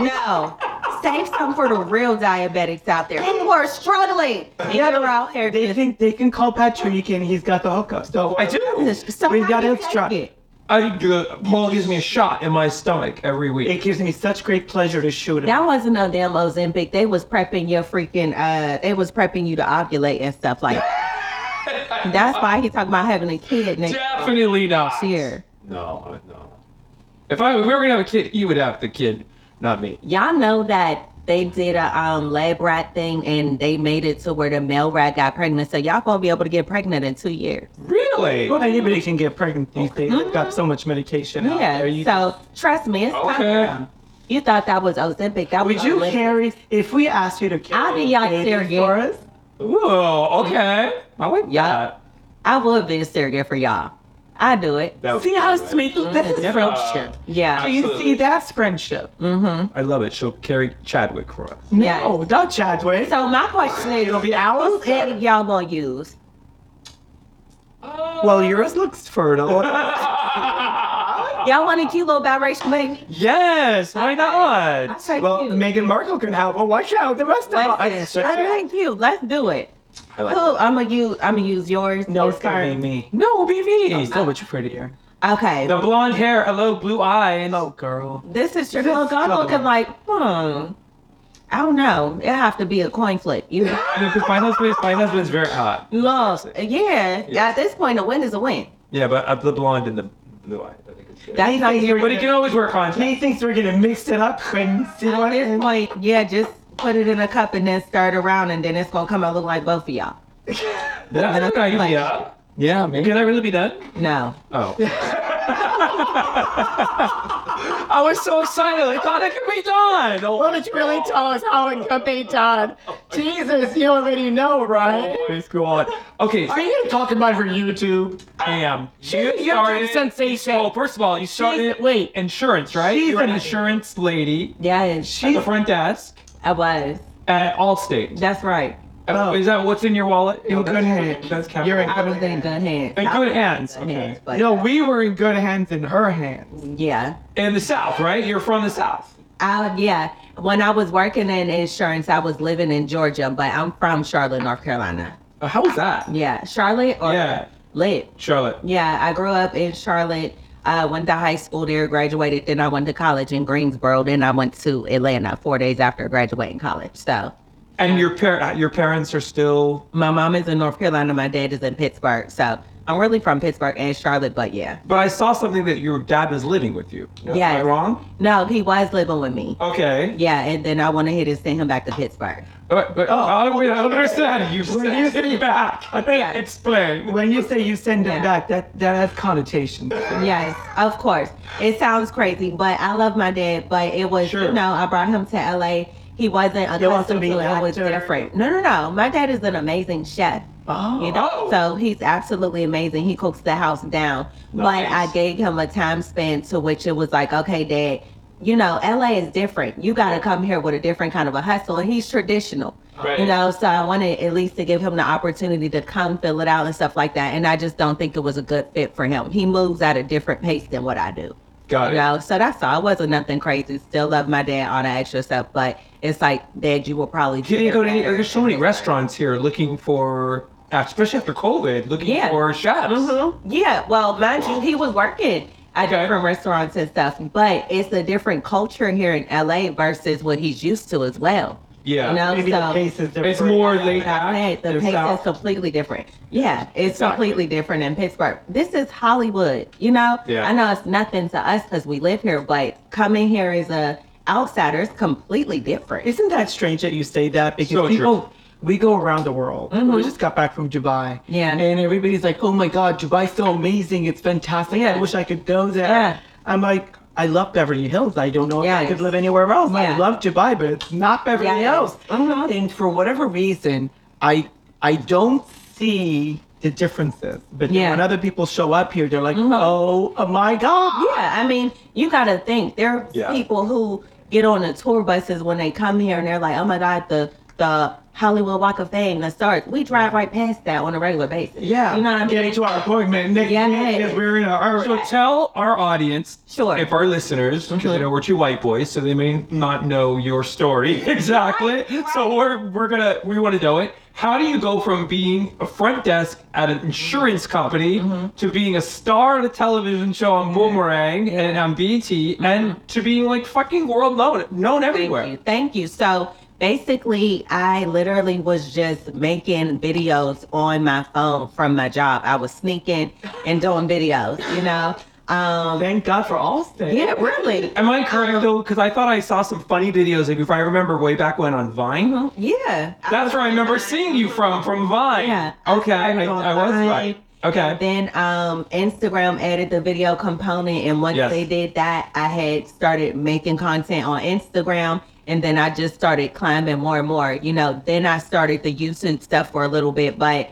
C: No. Save some for the real diabetics out there who are struggling. You're out here.
A: They think they can call Patrick and he's got the hookup. So
B: I do.
C: So
A: We
C: how
A: got
C: do you
A: extra.
C: take it?
B: I do. Paul gives me a shot in my stomach every
A: It
B: week.
A: gives me such great pleasure to shoot him.
C: That wasn't no damn Ozempic. They was prepping your freaking uh they was prepping you to ovulate and stuff like that. That's why he talking about having a kid next
B: Definitely not.
C: year.
B: No, no. If I if we were gonna have a kid, you would have the kid, not me.
C: Y'all know that they did a um, lab rat thing and they made it to where the male rat got pregnant. So y'all gonna be able to get pregnant in two years.
B: Really?
A: Well, anybody can get pregnant these days. They've got so much medication out
C: yeah.
A: there. You-
C: so trust me, it's
B: Okay.
C: You thought that was Ozempic. That
A: would
C: was
A: you
C: Olympic.
A: carry if we asked you to carry
C: I'll be out
A: a
C: there
A: baby for
C: again.
A: us?
B: Ooh, okay. I like
C: Yeah.
B: that.
C: I would be a surrogate for y'all. I do it.
B: That would
A: See
B: be
A: how
B: good.
A: sweet that's
B: Yeah.
A: friendship.
C: Yeah.
A: Do you see
B: Absolutely.
A: that's friendship?
C: Mm-hmm.
B: I love it. She'll carry Chadwick for us.
C: Yeah.
A: No, not Chadwick.
C: So my question is,
A: It'll be ours?
C: whose egg y'all gonna use?
A: Well, yours looks fertile.
C: Y'all want a kilo biracial baby?
B: Yes, why
C: I
B: not?
C: thank
A: well,
C: you.
A: Meghan Markle can have one. Why can't the rest of us?
C: Listen, I thank you. Let's do it. Who? I'm gonna use. I'm gonna use yours.
A: No, it's gonna be me.
B: No, be me.
A: So much prettier.
C: Okay.
B: The blonde hair, hello, blue eyes.
A: Oh, girl.
C: This is your dog. I'm looking like, hmm. I don't know. It have to be a coin flip. You know?
B: I mean, 'cause my husband, my husband's very hot.
C: lost. Yeah.
B: Yeah.
C: At this point, a win is a win.
B: Yeah, but uh, the blonde and the blue eyes. I think it's good.
C: That's
A: He thinks
C: like,
A: we're
B: But he can
A: gonna-
B: always wear contacts.
A: he thinks we're gonna mix it up and see
C: Uh, at
A: what
C: this
A: and
C: point, yeah. Just put it in a cup and then stir it around, and then it's gonna come out look like both of y'all.
B: That's a good idea.
A: Yeah, maybe.
B: Can that really be done?
C: No.
B: Oh. I was so excited. I thought it could be done.
A: Well, it's really tell us how it could be done. Jesus, you already know, right?
B: Always go on. Okay,
A: Are
B: so
A: you gonna talk about her YouTube?
B: I am. You
A: you're
B: started
A: doing sensation.
B: Oh, first of all, you started
A: wait.
B: insurance, right?
A: She's
B: You're an
A: an-
B: insurance lady
C: Yeah.
B: at the
A: She's
B: front desk
C: I was.
B: at Allstate.
C: That's right.
A: Oh.
B: Is that what's in your wallet?
A: In good hands.
B: That's capital.
A: You're in-
C: I was in good hands.
B: In
C: I
B: good
C: was
B: hands,
C: good hands,
B: okay.
C: but-
A: no, we were in good hands in her hands.
C: Yeah.
B: in the South, right? You're from the South.
C: I, yeah. When I was working in insurance, I was living in Georgia, but I'm from Charlotte, North Carolina.
B: Uh, How was that?
C: Yeah. Charlotte or
B: Yeah.
C: Lit.
B: Charlotte.
C: Yeah. I grew up in Charlotte. I went to high school there, graduated. Then I went to college in Greensboro. Then I went to Atlanta four days after graduating college. So
B: And your par- your parents are still
C: my mom is in North Carolina. My dad is in Pittsburgh. So I'm really from Pittsburgh and Charlotte, but yeah.
B: But I saw something that your dad was living with you.
C: Yeah.
B: Am I wrong?
C: No, he was living with me.
B: Okay.
C: Yeah. Oh. And then I wanted to send him back to Pittsburgh.
B: But, but I, don't, I don't understand. You
A: Were you-
B: sent me back. I
C: Yeah.
B: think explain.
A: When you say you send
C: Yeah.
A: it back, that that has connotations.
C: Yes, of course. It sounds crazy, but I love my dad. But it was,
B: Sure.
C: you know, I brought him to LA. He wasn't
A: wants to
C: accustomed
A: be
C: to it.
A: an
C: It was
A: actor.
C: different. No, no, no. My dad is an amazing chef.
A: Oh.
C: You know,
B: Oh.
C: so he's absolutely amazing. He cooks the house down. But
B: Nice.
C: I gave him a time span to which it was like, okay, dad, you know, LA is different. You got to come here with a different kind of a hustle. And he's traditional.
B: Right.
C: You know, so I wanted at least to give him the opportunity to come fill it out and stuff like that. And I just don't think it was a good fit for him. He moves at a different pace than what I do.
B: Got
C: You
B: it.
C: know, so that's all. It wasn't nothing crazy. Still love my dad, all that extra stuff. But it's like, Dad, you will probably.
B: Can you go to any?
C: better
B: There's so many
C: at this."
B: restaurants here looking for, especially after COVID, looking
C: Yeah.
B: for chefs.
C: Mm-hmm. Yeah. Well, mind you, he was working at
B: Okay.
C: different restaurants and stuff, but it's a different culture here in LA versus what he's used to as well.
B: Yeah.
C: You know,
A: Maybe the
C: so
A: pace is different.
B: It's more laid
C: I
B: back.
C: said the
A: They're
C: pace
A: south.
C: is completely different. Yeah, it's
B: Exactly.
C: completely different in Pittsburgh. This is Hollywood. You know,
B: Yeah.
C: I know it's nothing to us because we live here, but coming here as a outsider is completely different.
A: Isn't that strange that you say that? Because
B: So true.
A: people, we go around the world. We
C: Mhm.
A: just got back from Dubai.
C: Yeah.
A: And everybody's like, oh my God, Dubai's so amazing. It's fantastic. I
C: Yeah.
A: wish I could go there.
C: Yeah.
A: I'm like, I love Beverly Hills. I don't know if I
C: Yes.
A: could live anywhere else. I
C: Yeah.
A: love Dubai, but it's not Beverly
C: Yes.
A: Hills.
C: Mhm.
A: And for whatever reason, I I don't see the differences. But
C: Yeah.
A: when other people show up here, they're like,
C: Mhm.
A: oh, oh my God.
C: Yeah, I mean, you got to think there are
B: Yeah.
C: people who get on the tour buses when they come here and they're like, "Oh my God, the the Hollywood Walk of Fame, the stars." We drive right past that on a regular basis.
A: Yeah.
C: you know what I mean.
A: Getting to our appointment. Next
C: Yeah.
A: minute, yes, we're in our.
B: So tell our audience,
C: Sure. Mm-hmm.
B: if our listeners, because you know we're two white boys, so they may not know your story exactly. So we're we're gonna we want to know it. How do you go from being a front desk at
C: Mm-hmm.
B: an insurance company to being a star on a television show on Boomerang and on BT, and to being like fucking world known, known everywhere?
C: Mm-hmm. Thank you. Thank you. So basically, I literally was just making videos on my phone from my job. I was sneaking and doing videos. You know. Um,
A: Thank God for Allstate.
C: yeah, really.
B: Am I correct though? Because I thought I saw some funny videos of you. If I remember way back when on Vine.
C: Mm-hmm. Yeah.
B: That's where I remember seeing you from, from Vine.
C: Yeah.
B: Okay, I, I was
C: Vine.
B: right. Okay.
C: Then um, Instagram added the video component, and once
B: Yes.
C: they did that, I had started making content on Instagram, and then I just started climbing more and more. You know, then I started the YouTube stuff for a little bit, but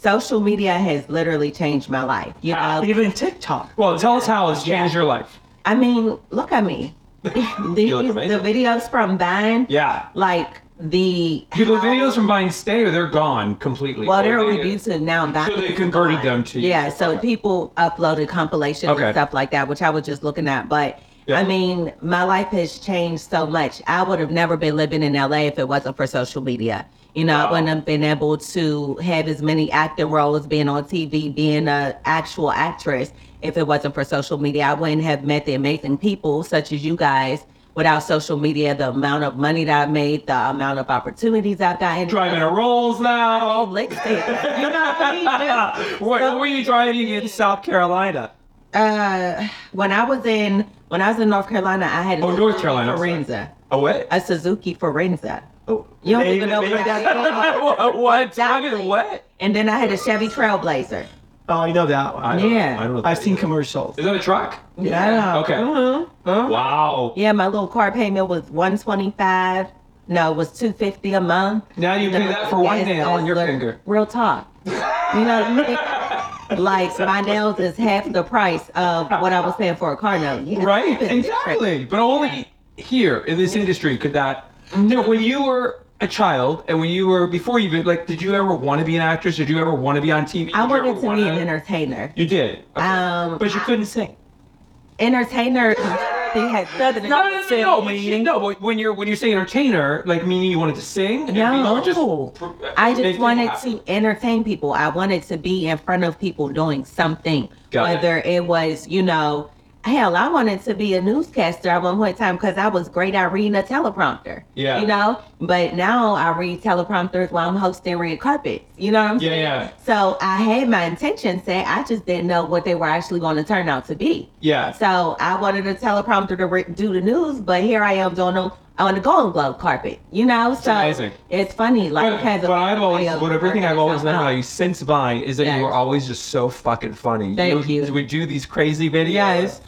C: social media has literally changed my life. You know,
A: Even TikTok.
B: Well, tell us how it's changed your life.
C: I mean, look at me. These,
B: look
C: the
B: amazing.
C: videos from Vine,
B: Yeah.
C: like the
B: Do the videos from Vine stay or they're gone completely?
C: well, they're
B: Or they-
C: reduced now. Vine
B: So they converted them to you.
C: Yeah, so
B: Okay.
C: people uploaded compilations
B: Okay.
C: and stuff like that, which I was just looking at. But
B: Yeah.
C: I mean, my life has changed so much. I would have never been living in LA if it wasn't for social media. You know, I
B: Wow.
C: wouldn't have been able to have as many acting roles, being on TV, being a actual actress, if it wasn't for social media. I wouldn't have met the amazing people such as you guys without social media. The amount of money that I made, the amount of opportunities I've gotten.
B: Driving a Rolls now.
C: Let's see. You know what I mean?
B: what, what were you driving in South Carolina?
C: Uh, when I was in when I was in North Carolina, I had a
B: Oh, North Carolina, I'm sorry.
C: Forenza,
B: A what?
C: a Suzuki Forenza.
A: Oh,
C: You don't
A: they-
C: even know
A: they-
C: what that is.
B: what? What?
C: Exactly.
B: what?
C: And then I had a Chevy Trailblazer.
A: Oh, I know that one.
B: I don't-
C: Yeah.
B: I don't know what
A: I've
B: that
A: seen
B: is.
A: commercials.
B: Is that a truck?
A: Yeah.
B: Okay.
C: Mhm.
B: Wow.
C: Yeah, my little car payment was one twenty five. No, it was two fifty a month.
B: Now you pay that for one
C: Yes,
B: nail on your
C: Dazzler.
B: finger.
C: Real talk. You know what I mean? Like my nails is half the price of what I was paying for a car note. Yeah,
B: right
C: it's different.
B: exactly but only here in this industry could that you know, when you were a child and when you were before you even like did you ever want to be an actress did you ever want to be on tv
C: I
B: Did you ever
C: wanted to be
B: wanna-
C: an entertainer.
B: you did okay.
C: Um,
B: but you couldn't sing
C: entertainer they had nothing
B: no, no, no, no, but you- no, but when you're when you say entertainer, like meaning you wanted to sing, and
C: No.
B: you were just-
C: I
B: make
C: just
B: things
C: wanted
B: happen.
C: to entertain people. I wanted to be in front of people doing something.
B: Got it.
C: whether it. was, you know, hell, I wanted to be a newscaster at one point in time because I was great at reading a teleprompter.
B: Yeah.
C: You know? But now I read teleprompters while I'm hosting red carpets. You know what I'm
B: Yeah,
C: saying?
B: yeah.
C: So I had my intentions set. I just didn't know what they were actually going to turn out to be.
B: Yeah.
C: So I wanted a teleprompter to re- do the news, but here I am doing them on the Golden Globe carpet. You know, so
B: amazing.
C: it's funny. Like,
B: But,
C: because of
B: but I've always,
C: of-
B: what everything I've always known about you since Vine is that
C: Yes.
B: you were always just so fucking funny.
C: Thank
B: you.
C: you.
B: would do these crazy videos.
C: Yes.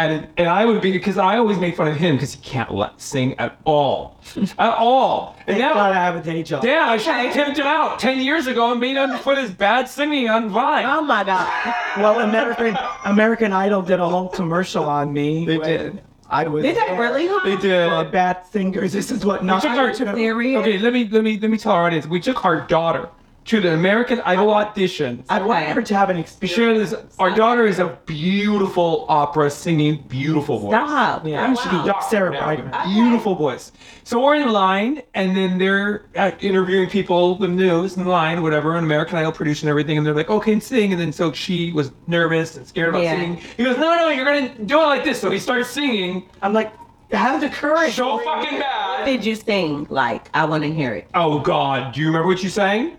B: And, and I would be, because I always make fun of him because he can't let, sing at all. at all.
A: Thank
B: And
A: God I
B: now,
A: have a day job.
B: yeah, I should have pimped him out 10 years ago and made him put his bad singing on Vine.
C: Oh my god!
A: Well, American American Idol did a whole commercial on me.
B: They
A: when
B: did.
A: I was.
C: Did they really? Huh?
B: They did.
A: Uh, bad singers. This is what not
B: took our-
C: Serious?
B: Okay, let me let me let me tell our audience. We took our daughter to the American Idol audition.
A: I want her to have an experience.
B: Sharon is our daughter is a beautiful opera singing beautiful voice.
C: Stop.
B: Yeah, she can
C: Wow.
B: doc-
A: Sarah
B: yeah,
A: Brightman.
B: Beautiful voice. So we're in line, and then they're uh, interviewing people, the news in line, whatever, and American Idol producer and everything, and they're like, "Okay, sing." And then so she was nervous and scared about
C: Yeah.
B: singing. He goes, "No, no, you're gonna do it like this." So he starts singing
A: I'm like, have the courage.
B: so fucking bad.
C: What did you sing? Like, I want to hear it.
B: Oh God, do you remember what you sang?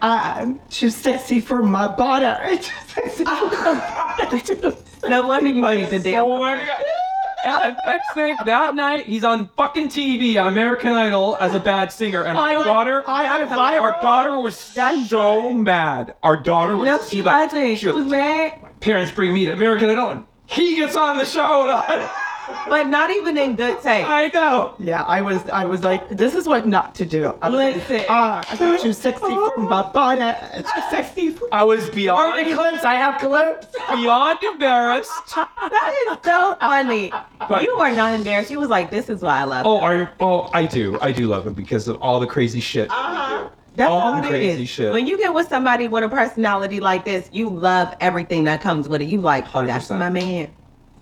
A: I'm too sexy for my body. I'm too sexy for my body.
C: No wonder you need the
B: Oh
C: deal.
B: my god. Yeah, I'm saying that night he's on fucking TV on American Idol as a bad singer, and our daughter,
A: I had a
B: our daughter was so mad. Our daughter was.
C: No, she
B: like-
C: wasn't.
B: she
C: She was
B: was-
C: mad,
B: Parents bring me to American Idol, and he gets on the show. and
C: but not even in good taste.
B: I know.
A: Yeah, I was. I was like, this is what not to do. I was like,
C: Listen.
A: ah, I'm too sexy for my body. I'm too sexy for.
B: I
A: Are
B: was
A: there
B: beyond
A: clips? I have clips.
B: beyond embarrassed.
C: That is so funny.
B: But-
C: You were not embarrassed. You was like, this is why I love.
B: Oh, I oh I do I do love him because of all the crazy shit.
C: Uh-huh. That's
B: All
C: all it
B: crazy
C: is.
B: shit.
C: When you get with somebody with a personality like this, you love everything that comes with it. You like, "Oh, that's
B: 100%.
C: my man.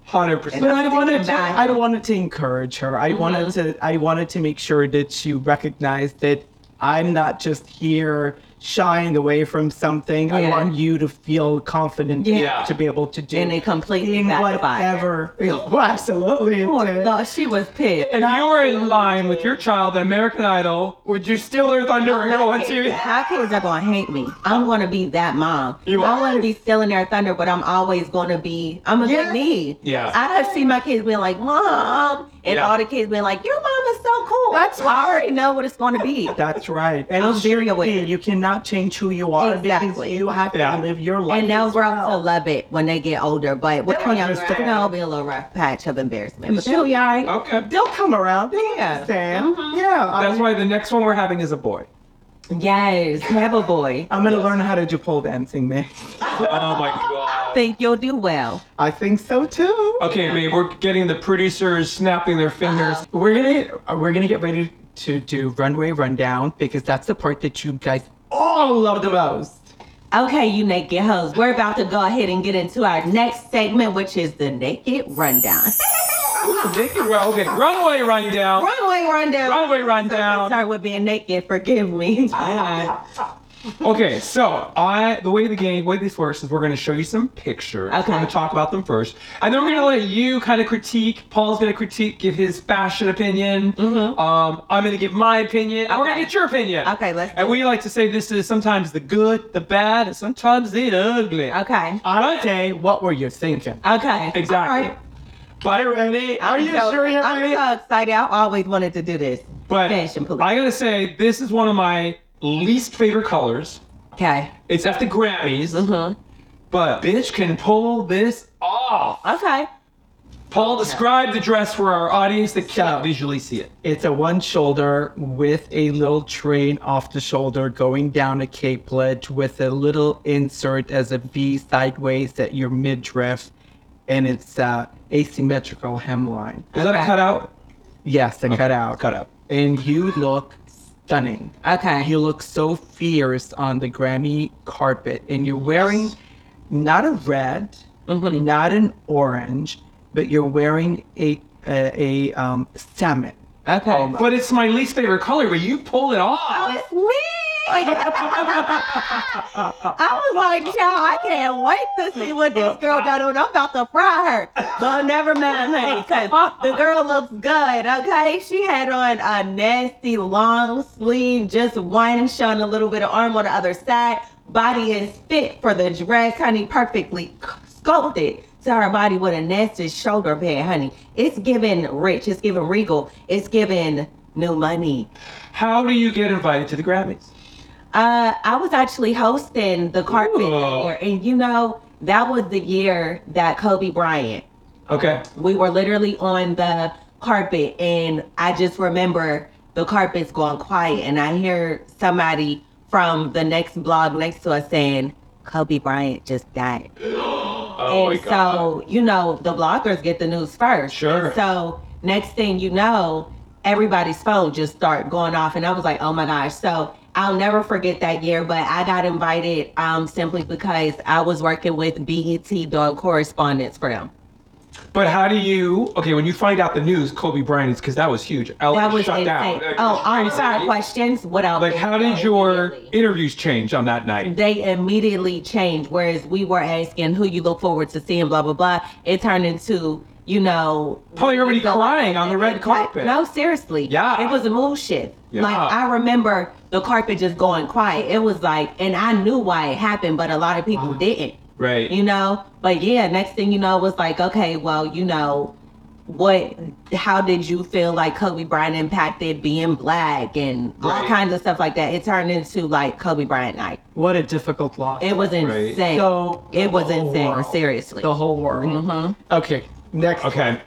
B: Hundred
A: But
B: percent.
A: I wanted to,
C: Back.
A: I wanted to encourage her. I wanted to I wanted to make sure that she recognized that I'm not just here shying away from something. I
C: Yeah.
A: want you to feel confident
B: Yeah.
A: to be able to do
C: And it completely
A: in
C: backfired.
A: whatever. Well, absolutely. it did.
C: No, she was pissed.
B: If you were in line with your child at American Idol, would you steal their thunder and go on TV?
C: My kids are gonna hate me. I'm gonna be that mom.
B: You
C: I
B: are.
C: wanna be stealing their thunder, but I'm always gonna be I'm gonna
A: Yes.
C: be me.
B: Yeah.
C: I don't see my kids being like, Mom and
B: Yeah.
C: all the kids being like, Your mom is so cool.
A: That's
C: why I already know what it's gonna be.
A: That's right. And
C: I'm
A: it shouldn't
C: very aware.
A: be. You cannot change who you are because
C: Exactly.
A: you have to
B: Yeah.
A: live your life.
C: And they'll
A: as
C: grow
A: well.
C: to love it when they get older, but when
A: They'll
C: they're younger,
A: understand.
C: they'll be a little rough patch of embarrassment. But
A: Sure.
C: they'll be all right.
B: Okay.
A: They'll come around. They
C: Yeah.
A: understand. Yeah. I-
B: That's why the next one we're having is a boy.
C: Yes, have a boy.
A: I'm gonna learn how to do pole dancing, man.
B: Oh my god.
C: Think you'll do well.
A: I think so too.
B: Okay, babe, we're getting the producers snapping their fingers.
A: We're gonna we're gonna get ready to do runway rundown because that's the part that you guys all love the most.
C: Okay, you naked hoes. We're about to go ahead and get into our next segment, which is the naked rundown.
B: Well, okay, runway rundown.
C: Runway rundown.
B: Runway rundown.
C: Start with being naked. Forgive me.
B: Okay, so I the way the game, way this works is we're gonna show you some pictures.
C: Okay.
B: We're gonna talk about them first, and then we're gonna let you kind of critique. Paul's gonna critique, give his fashion opinion.
C: Mhm.
B: Um, I'm gonna give my opinion, and we're gonna
C: Okay.
B: get your opinion.
C: Okay, let's
B: And
C: do
B: we like to say this is sometimes the good, the bad, and sometimes the ugly.
C: Okay.
A: On a day, what were you thinking?
C: Okay. All
B: Exactly.
C: right.
B: But
A: ready? Are you
C: so,
A: sure you're
C: I'm
A: ready?
C: so excited. I always wanted to do this.
B: But
C: Fashion police.
B: I gotta say, this is one of my least favorite colors.
C: Okay.
B: It's at the Grammys,
C: Mm-hmm.
B: but bitch can pull this off.
C: Okay.
B: Paul, describe the dress for our audience that can't
A: So-
B: visually see it.
A: It's a one shoulder with a little train off the shoulder going down a capelet with a little insert as a V sideways at your midriff, and it's uh, asymmetrical hemline.
B: Is that a
C: Okay.
B: cutout?
A: Yes, the cutout.
B: Cutout.
A: And you look stunning.
C: Okay.
A: You look so fierce on the Grammy carpet, and you're wearing not a red,
C: Mhm.
A: not an orange, but you're wearing a a, a um, salmon.
C: Okay.
B: Um, But it's my least favorite color, but you pull it
C: Oh,
B: off.
C: it's me. I was like, yo, I can't wait to see what this girl got on. I'm about to fry her. But never mind, honey, because the girl looks good, okay? She had on a nasty long sleeve, just one, showing a little bit of arm on the other side. Body is fit for the dress, honey, perfectly sculpted to her body with a nasty shoulder pad, honey. It's giving rich, it's giving regal, it's giving new money.
B: How do you get invited to the Grammys?
C: Uh, I was actually hosting the carpet
B: Ooh.
C: that year, and you know that was the year that Kobe Bryant.
B: Okay.
C: We were literally on the carpet, and I just remember the carpet's going quiet, and I hear somebody from the next blog next to us saying, "Kobe Bryant just died."
B: Oh
C: and
B: my God.
C: so, you know, the bloggers get the news first.
B: Sure.
C: And so next thing you know, everybody's phone just start going off. And I was like, oh my gosh. So I'll never forget that year, but I got invited um, simply because I was working with BET doing correspondence for them.
B: But how do you? Okay, when you find out the news, Kobe Bryant is because that was huge. LA
C: That was
B: shut down.
C: insane. Oh, answer our questions. What else?
B: Like, how did your
C: Immediately.
B: interviews change on that night?
C: they immediately changed. Whereas we were asking who you look forward to seeing, blah blah blah. It turned into you know
B: Probably everybody
C: the-
B: crying on the red carpet.
C: No, seriously.
B: Yeah.
C: it was a mood shift.
B: Yeah.
C: Like I remember the carpet just going quiet. It was like, and I knew why it happened, but a lot of people
B: Uh-huh.
C: didn't.
B: Right.
C: You know, but yeah, next thing you know, it was like, okay, well, you know, what? How did you feel like Kobe Bryant impacted being black and all
B: Right.
C: kinds of stuff like that? It turned into like Kobe Bryant night.
A: What a difficult loss.
C: It was
B: Right.
C: insane.
A: So
C: it was
A: the whole
C: insane.
A: world.
C: Seriously.
A: The whole world.
C: Mhm.
A: Mm-hmm. Okay, next.
B: Okay.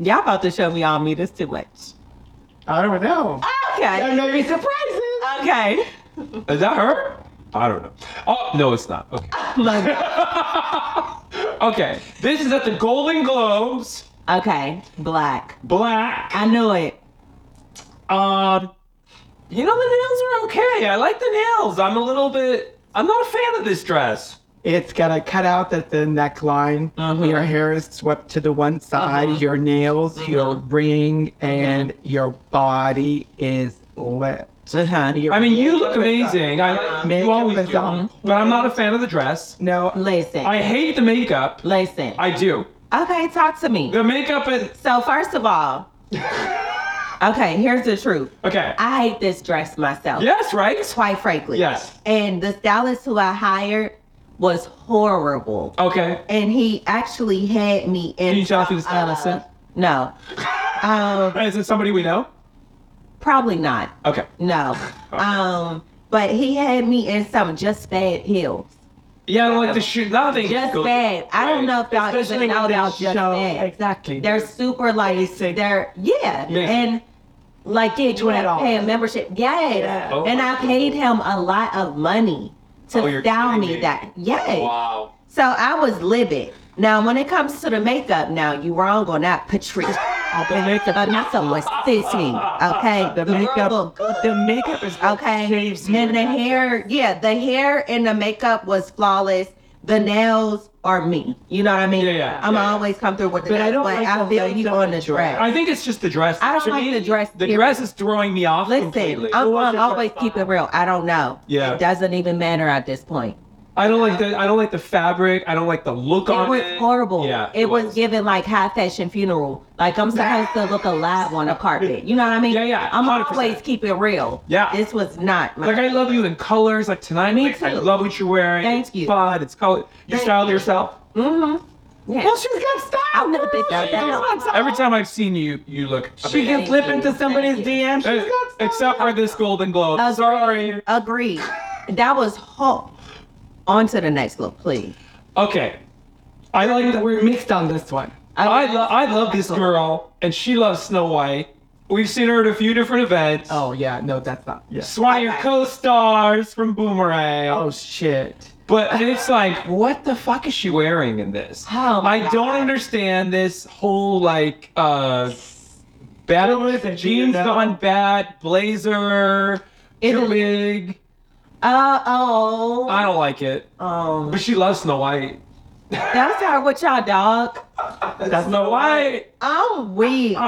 C: Y'all about to show me all me this too much.
A: I don't know. There
C: Okay.
A: may be surprises.
C: Okay.
B: Is that her? I don't know. Oh no, it's not. Okay.
C: Look,
B: Okay. This is at the Golden Globes.
C: okay. Black.
B: Black.
C: I knew it.
B: Um. You know the nails are okay. I like the nails. I'm a little bit. I'm not a fan of this dress.
A: It's got a cutout at the neckline.
B: Uh-huh.
A: Your hair is swept to the one side. Your nails, your ring, and your body is lit. Your
B: I mean, you
A: makeup is up.
B: look amazing. I you
A: Makeup
B: always
A: is
B: do.
A: on.
B: But I'm not a fan of the dress.
A: No,
C: Listen.
B: I hate the makeup.
C: listen.
B: I do.
C: okay, talk to me.
B: The makeup is
C: So first of all, okay, here's the truth.
B: okay.
C: I hate this dress myself.
B: Yes, right?
C: Quite frankly.
B: Yes.
C: And the stylist who I hired was horrible.
B: Okay.
C: And he actually had me in.
B: you talk to the stylist,
C: uh,
B: eh?
C: No.
A: Oh.
C: Um,
B: Is it somebody we know?
C: Probably not.
B: Okay.
C: No. Um, but he had me in some just bad heels.
B: Yeah, I don't like the shoe. Nothing.
C: Just bad. I don't know if y'all
A: Especially
C: even know
A: when they
C: about just
A: show-
C: bad.
A: exactly.
C: They're super like
A: Basic.
C: they're yeah.
B: Yeah.
C: And like yeah, you
A: Do it
C: have to
A: all.
C: pay a membership. Yes.
A: Yeah.
B: Oh
C: and
B: my
C: I paid him a lot of money to
B: Oh, you're
C: style
B: kidding
C: me
B: me.
C: that. Yes.
B: Wow.
C: So I was livid. Now, when it comes to the makeup, now you wrong on that, Patrice. Okay,
A: makeup-
C: Uh, not so much sissy. Okay,
A: the
C: girl
A: makeup.
C: look good.
A: The makeup is what
C: Okay.
A: Shaves you
C: And the
A: in that
C: hair, yeah, the hair and the makeup was flawless. The nails are me. You know what I mean?
B: Yeah, yeah,
C: I'm
B: yeah, yeah.
C: always comfortable with the
A: But I
C: dress,
A: don't
C: but
A: like
C: I
A: the
C: feel
A: length
C: you
A: of
C: on
A: the
C: the dress.
B: I think it's just the dress.
C: I don't
B: To
C: like
B: me,
C: the dress,
B: The
C: period.
B: dress is throwing me off
C: Listen,
B: completely.
C: I'm
A: was
C: gonna
A: your
C: always
A: first
C: keep it real. I don't know.
B: Yeah.
C: It doesn't even matter at this point.
B: I don't like the I don't like the fabric. I don't like the look
C: It
B: on
C: was
B: it.
C: horrible.
B: Yeah.
C: it was given like high fashion funeral. Like I'm supposed to look alive on a carpet. You know what I mean?
B: Yeah, yeah,
C: I'm
B: 100%.
C: always keep it real.
B: Yeah.
C: This was not my
B: Like I love you in colors. Like tonight,
C: Me
B: like, I
C: too.
B: love what you're wearing.
C: Thank
B: it's
C: you.
B: Fun. It's color. You
C: Thank
B: styled
C: you.
B: yourself.
C: mm-hmm.
A: Well, she's got style.
C: I've never been
A: girl.
C: that bad.
A: She's got
B: Every
A: style.
B: time I've seen you, you look.
A: she
B: amazing.
A: can slip into somebody's
C: Thank you.
A: DM. She's
B: Uh,
A: got style.
B: Except for this Golden Globe.
C: Agreed.
B: Sorry.
C: Agreed. That was hot. On to the next look, please.
B: Okay. I like the
A: We're mixed on this one.
B: I, lo- I love this girl, and she loves Snow White. We've seen her at a few different events.
A: Oh yeah, no, that's not. Yeah.
B: It's one of your co-stars from Boomerang.
A: Oh shit.
B: But it's like, what the fuck is she wearing in this?
C: Oh, my
B: I don't
C: God.
B: understand this whole like uh bad
A: What is it, do you
B: jeans
A: know?
B: gone bad, blazer,
C: It
B: too
C: is-
B: big.
C: Uh oh.
B: I don't like it.
C: Um,
B: But she loves Snow White.
C: that's all right with y'all, dog.
B: That's Snow White.
C: I'm weak.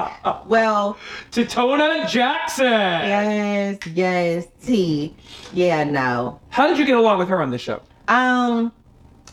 C: Well,
B: Titona Jackson.
C: yes, yes, T. Yeah, no.
B: How did you get along with her on this show?
C: Um,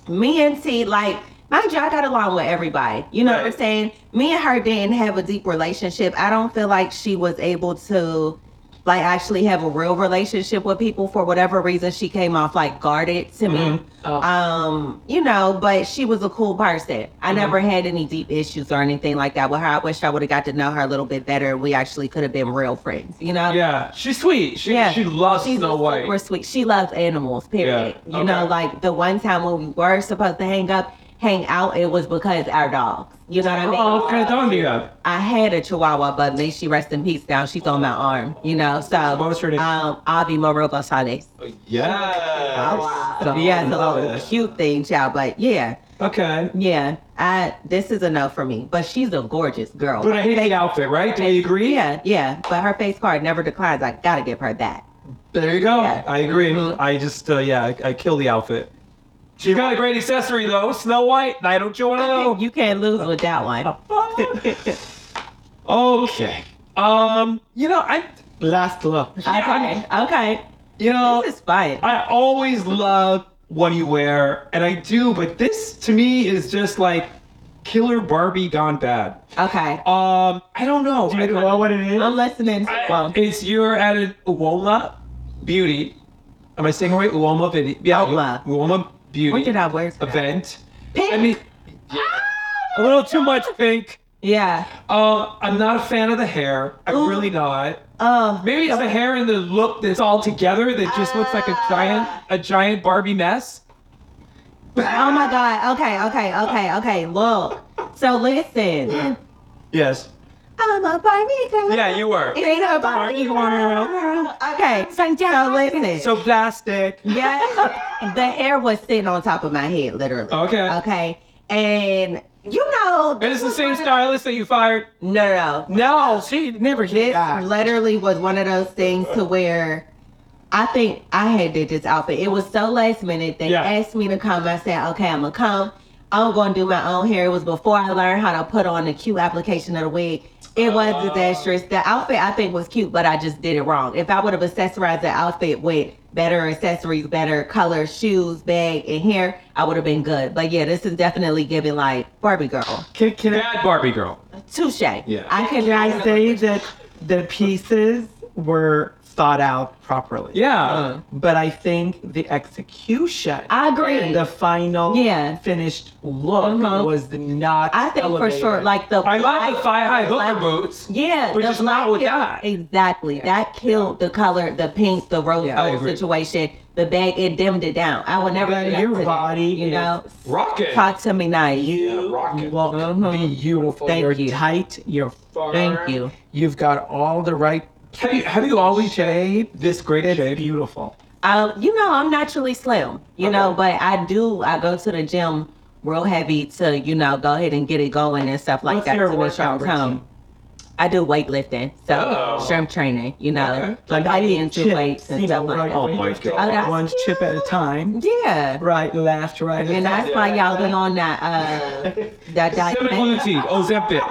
C: me and T, like, mind you, I got along with everybody. You know what
B: Right.
C: I'm saying? Me and her didn't have a deep relationship. I don't feel like she was able to, like, actually have a real relationship with people for whatever reason. She came off like guarded to me.
A: Oh.
C: Um, you know, but she was a cool person. I never had any deep issues or anything like that with her. I wish I would have got to know her a little bit better. We actually could have been real friends. You know?
B: Yeah, she's sweet. She she loves
C: She's
B: Snow White.
C: Super sweet. She loves animals. Period.
B: Yeah.
C: You know,
B: Okay.
C: like the one time when we were supposed to hang up, hang out, it was because our dogs. You know what I mean?
B: Oh, okay, don't do that.
C: I had a Chihuahua, but may she rest in peace. Now she's on my arm. You know, so
B: What was her name?
C: um, Avi Moro Gonzalez.
B: Oh Yeah.
C: So yeah,
B: Love
C: so
B: it.
C: cute thing, child. But yeah,
B: Okay.
C: yeah, I this is a no for me. But she's a gorgeous girl.
B: But I hate the outfit, right? Do you agree?
C: yeah, yeah. But her face card never declines. I gotta give her that.
B: There you go.
C: Yeah.
B: I agree.
C: Mhm.
B: I just, uh, yeah, I, I kill the outfit. She's got a great accessory though, Snow White. I don't you want to know.
C: You can't lose with that one.
B: okay. Um, you know, I last look.
C: Okay, okay.
B: You know,
C: This is fine.
B: I always love what you wear, and I do, but this to me is just like killer Barbie gone bad.
C: Okay.
B: Um, I don't know. I don't-
A: what it is?
C: I'm listening.
B: I-
C: Well,
B: it's you're at an Uoma Beauty. Am I saying it right? Uoma Beauty. Yeah,
C: Uoma.
B: Uoma Beauty.
C: what did I wear? for that?
B: event.
C: Pink.
B: I mean, a little too much pink.
C: yeah.
B: Uh, I'm not a fan of the hair. I'm
C: Ooh.
B: really not.
C: Oh.
B: Maybe the hair and the look that's all together that just looks like a giant, a giant Barbie mess.
C: Oh my God. Okay. Okay. Okay. Okay. Look. So listen.
B: Yes.
C: I'm a Barbie girl.
B: Yeah, you were.
C: It ain't a Barbie girl. Okay. So listen.
B: So plastic.
C: yeah. The hair was sitting on top of my head, literally.
B: Okay.
C: Okay. And you know.
B: It's the same stylist that you fired.
C: No, no, no.
B: No, she never
C: This
B: hit back.
C: literally was one of those things to where I think I had did this outfit. It was so last minute. They
B: Yeah.
C: asked me to come. I said, okay, I'm gonna come. I'm gonna do my own hair. It was before I learned how to put on the cute application of the wig. It was
B: Oh.
C: disastrous. The outfit I think was cute, but I just did it wrong. If I would have accessorized the outfit with better accessories, better color, shoes, bag, and hair, I would have been good. But yeah, this is definitely giving like Barbie girl.
A: Can, can, I,
B: Bad Barbie girl.
C: Touche.
B: Yeah.
C: I could
A: can I say that the pieces were thought out properly?
B: Yeah.
C: Uh,
A: But I think the execution,
C: I agree.
A: the final
C: Yeah.
A: finished look
B: Uh-huh.
C: Mhm.
A: was not.
C: I think for
A: elevated.
C: sure, like the
B: I like the thigh high hooker
C: black-
B: boots.
C: Yeah,
B: Which
C: the
B: is not
C: black-
B: with that.
C: Exactly, that killed the color, the pink, the rose
A: Yeah, I
C: gold
B: agree.
C: situation. The bag it dimmed it down. I would never. do
A: But
C: that
A: your
C: today,
A: body,
C: you know,
B: Rocket.
C: talk to me nice.
B: Oh
A: You
B: rocket.
A: look
B: Uh-huh.
C: Mhm.
A: beautiful.
C: Thank
A: you're
C: you.
A: tight. You're firm.
C: Thank you.
A: You've got all the right.
B: Have you have you always shaved this great
A: It's
B: shape?
A: beautiful.
C: Um, you know, I'm naturally slim. You know,
B: Okay.
C: but I do. I go to the gym real heavy to you know go ahead and get it going and stuff like
A: What's
C: that.
A: your
C: to make sure I'm
A: workout
C: toned.
A: routine?
C: I do weightlifting, so
B: Oh.
C: strength training. You know,
B: Okay.
C: like I
A: eat
C: didn't do
A: chips,
C: weights and
A: you
C: stuff
A: know,
C: like
A: right?
C: that.
B: Oh my God.
C: Oh, that's
A: One chip at a time.
C: Yeah.
A: Right, left, right.
C: And that's why
B: Yeah.
C: y'all been on that uh that diet
B: Semaglutide, Ozempic.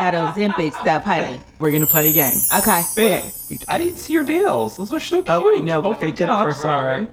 C: that Ozempic stuff, honey.
A: We're gonna play a game.
C: Okay.
B: Bang. I didn't see your nails. Those were so cute.
A: Oh, wait, no, but they did it
B: I'm
A: for-
B: sorry.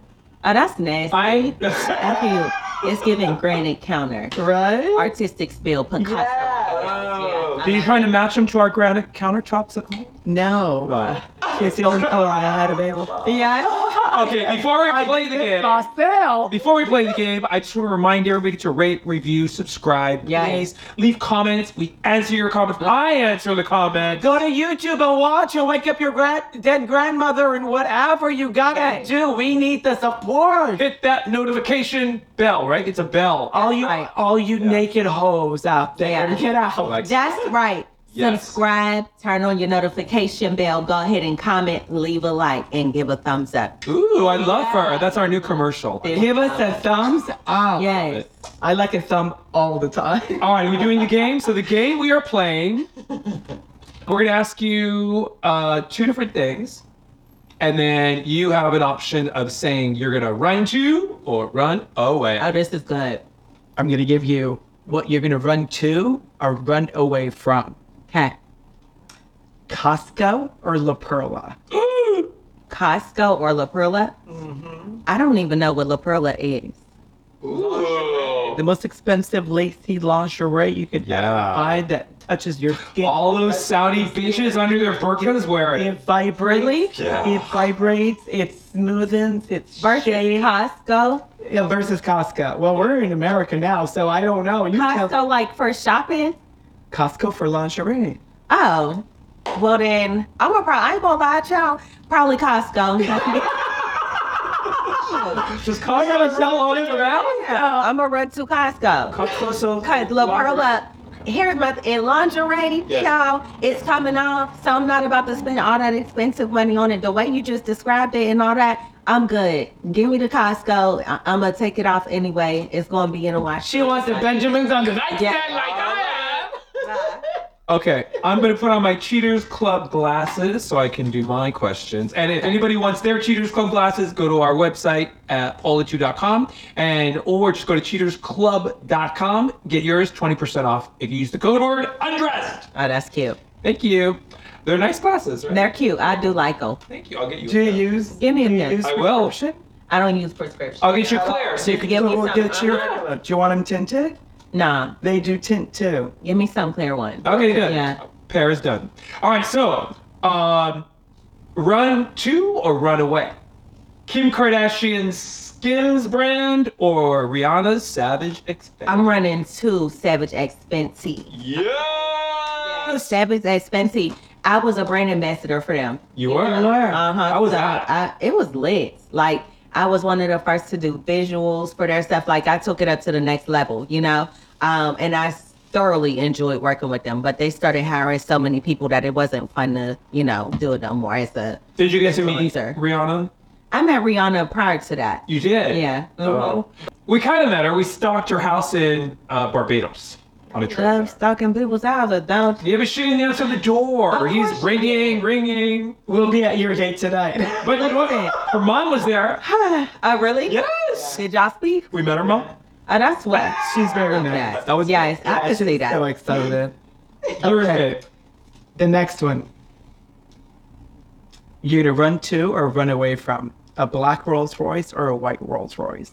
C: Oh, that's nasty.
B: I.
C: That's cute. It's giving granite counter.
A: Right.
C: Artistic spill, Picasso.
B: Are you trying to match them to our granite countertops at home?
A: No. It's the only color I had available.
C: Yeah.
A: Uh-uh.
B: Okay, before we play the game,
A: Myself.
B: before we play the game, I just want to remind everybody to rate, review, subscribe.
C: Yeah.
B: Please leave comments. We answer your comments. I answer the comments.
D: Go to YouTube and watch and wake up your grand- dead grandmother and whatever you gotta
C: Yes.
D: do. We need the support.
B: Hit that notification bell, right? It's a bell.
A: All you,
C: Right.
A: all you naked hoes out there,
C: Yeah.
A: get out.
B: Like-
C: That's right.
B: Yes.
C: Subscribe, turn on your notification bell, go ahead and comment, leave a like, and give a thumbs up.
B: Ooh, I love her. That's our new commercial.
A: Give us a thumbs
B: Oh,
A: up.
C: Yes.
A: I like a thumb all the time.
B: All right, we're doing the game. So the game we are playing, we're gonna ask you uh, two different things, and then you have an option of saying you're gonna run to or run away.
C: Oh, this is good.
A: I'm gonna give you what you're gonna run to or run away from.
C: Okay.
A: Costco or La Perla?
C: Costco or La Perla?
B: Mm-hmm.
C: I don't even know what La Perla is.
A: The most expensive lacy lingerie you could
B: Yeah.
A: buy that touches your skin.
B: All those Saudi bitches under their burqas wearing.
A: It vibrates.
C: Really?
A: It vibrates. It smoothens. It's
C: Versus
A: shades.
C: Costco.
A: Yeah, versus Costco. Well, we're in America now, so I don't know. You
C: Costco, like for shopping.
A: tell Costco for lingerie.
C: Oh, well then I'm gonna probably I ain't gonna lie, to y'all. Probably Costco. Costco.
B: Just call her and sell all the
C: Yeah, I'm gonna run to Costco. Cause La Perla, here's my in lingerie,
B: Yes.
C: y'all. It's coming off, so I'm not about to spend all that expensive money on it. The way you just described it and all that, I'm good. Give me the Costco. I- am gonna take it off anyway. It's gonna be in a wash.
D: She wants the Benjamins on the nightstand
C: Yeah.
D: like I am.
B: Okay, I'm gonna put on my Cheaters Club glasses so I can do my questions. And if anybody wants their Cheaters Club glasses, go to our website at olitu.com and or just go to cheatersclub.com. Get yours 20% off if you use the code word undressed.
C: Oh, that's cute.
B: Thank you. They're nice glasses, right?
C: They're cute. I do like them.
B: Thank you. I'll get you.
A: Do
B: a pair.
A: you use?
C: Give me a
A: do you
C: pen.
A: use
B: I will.
A: prescription?
C: I don't use prescription.
D: Oh.
B: I'll get you clear.
A: So you can
C: Give me
A: go
C: some.
A: get your. Do you want them tinted?
C: Nah,
A: They do tint too.
C: give me some clear one.
B: Okay, good.
C: Yeah.
B: Pair is done. All right, so um, run to or run away? Kim Kardashian's Skims brand or Rihanna's Savage X?
C: I'm running to Savage X Fenty.
B: yes.
C: Savage X Fenty. I was a brand ambassador for them.
B: You were. Uh-huh.
C: Uh huh.
B: I was
C: so
B: out.
C: I, it was lit. Like I was one of the first to do visuals for their stuff. Like I took it up to the next level, you know. Um, and I thoroughly enjoyed working with them. But they started hiring so many people that it wasn't fun to, you know, do it no more. As a,
B: Did you get to meet
C: Influencer.
B: Rihanna?
C: I met Rihanna prior to that.
B: You did.
C: Yeah.
B: Oh. We kind of met her. We stalked her house in uh, Barbados on a trip.
C: Love
B: there.
C: stalking people's houses, don't
B: Yeah, but she didn't answer the door.
C: Of
B: He's
C: course she
B: ringing, ringing.
A: We'll be at your date tonight.
B: But you know what? her mom was there.
C: you? Oh, really?
B: Yes.
C: Did y'all speak?
B: We met her mom.
C: Oh, that's what.
A: She's very
C: Love
A: nice.
C: That.
B: That was-
C: yes, I
A: Yeah,
C: can see
A: she's
C: that.
A: So excited.
B: You're
A: Okay.
B: it.
A: The next one. You to run to or run away from a black Rolls Royce or a white Rolls Royce?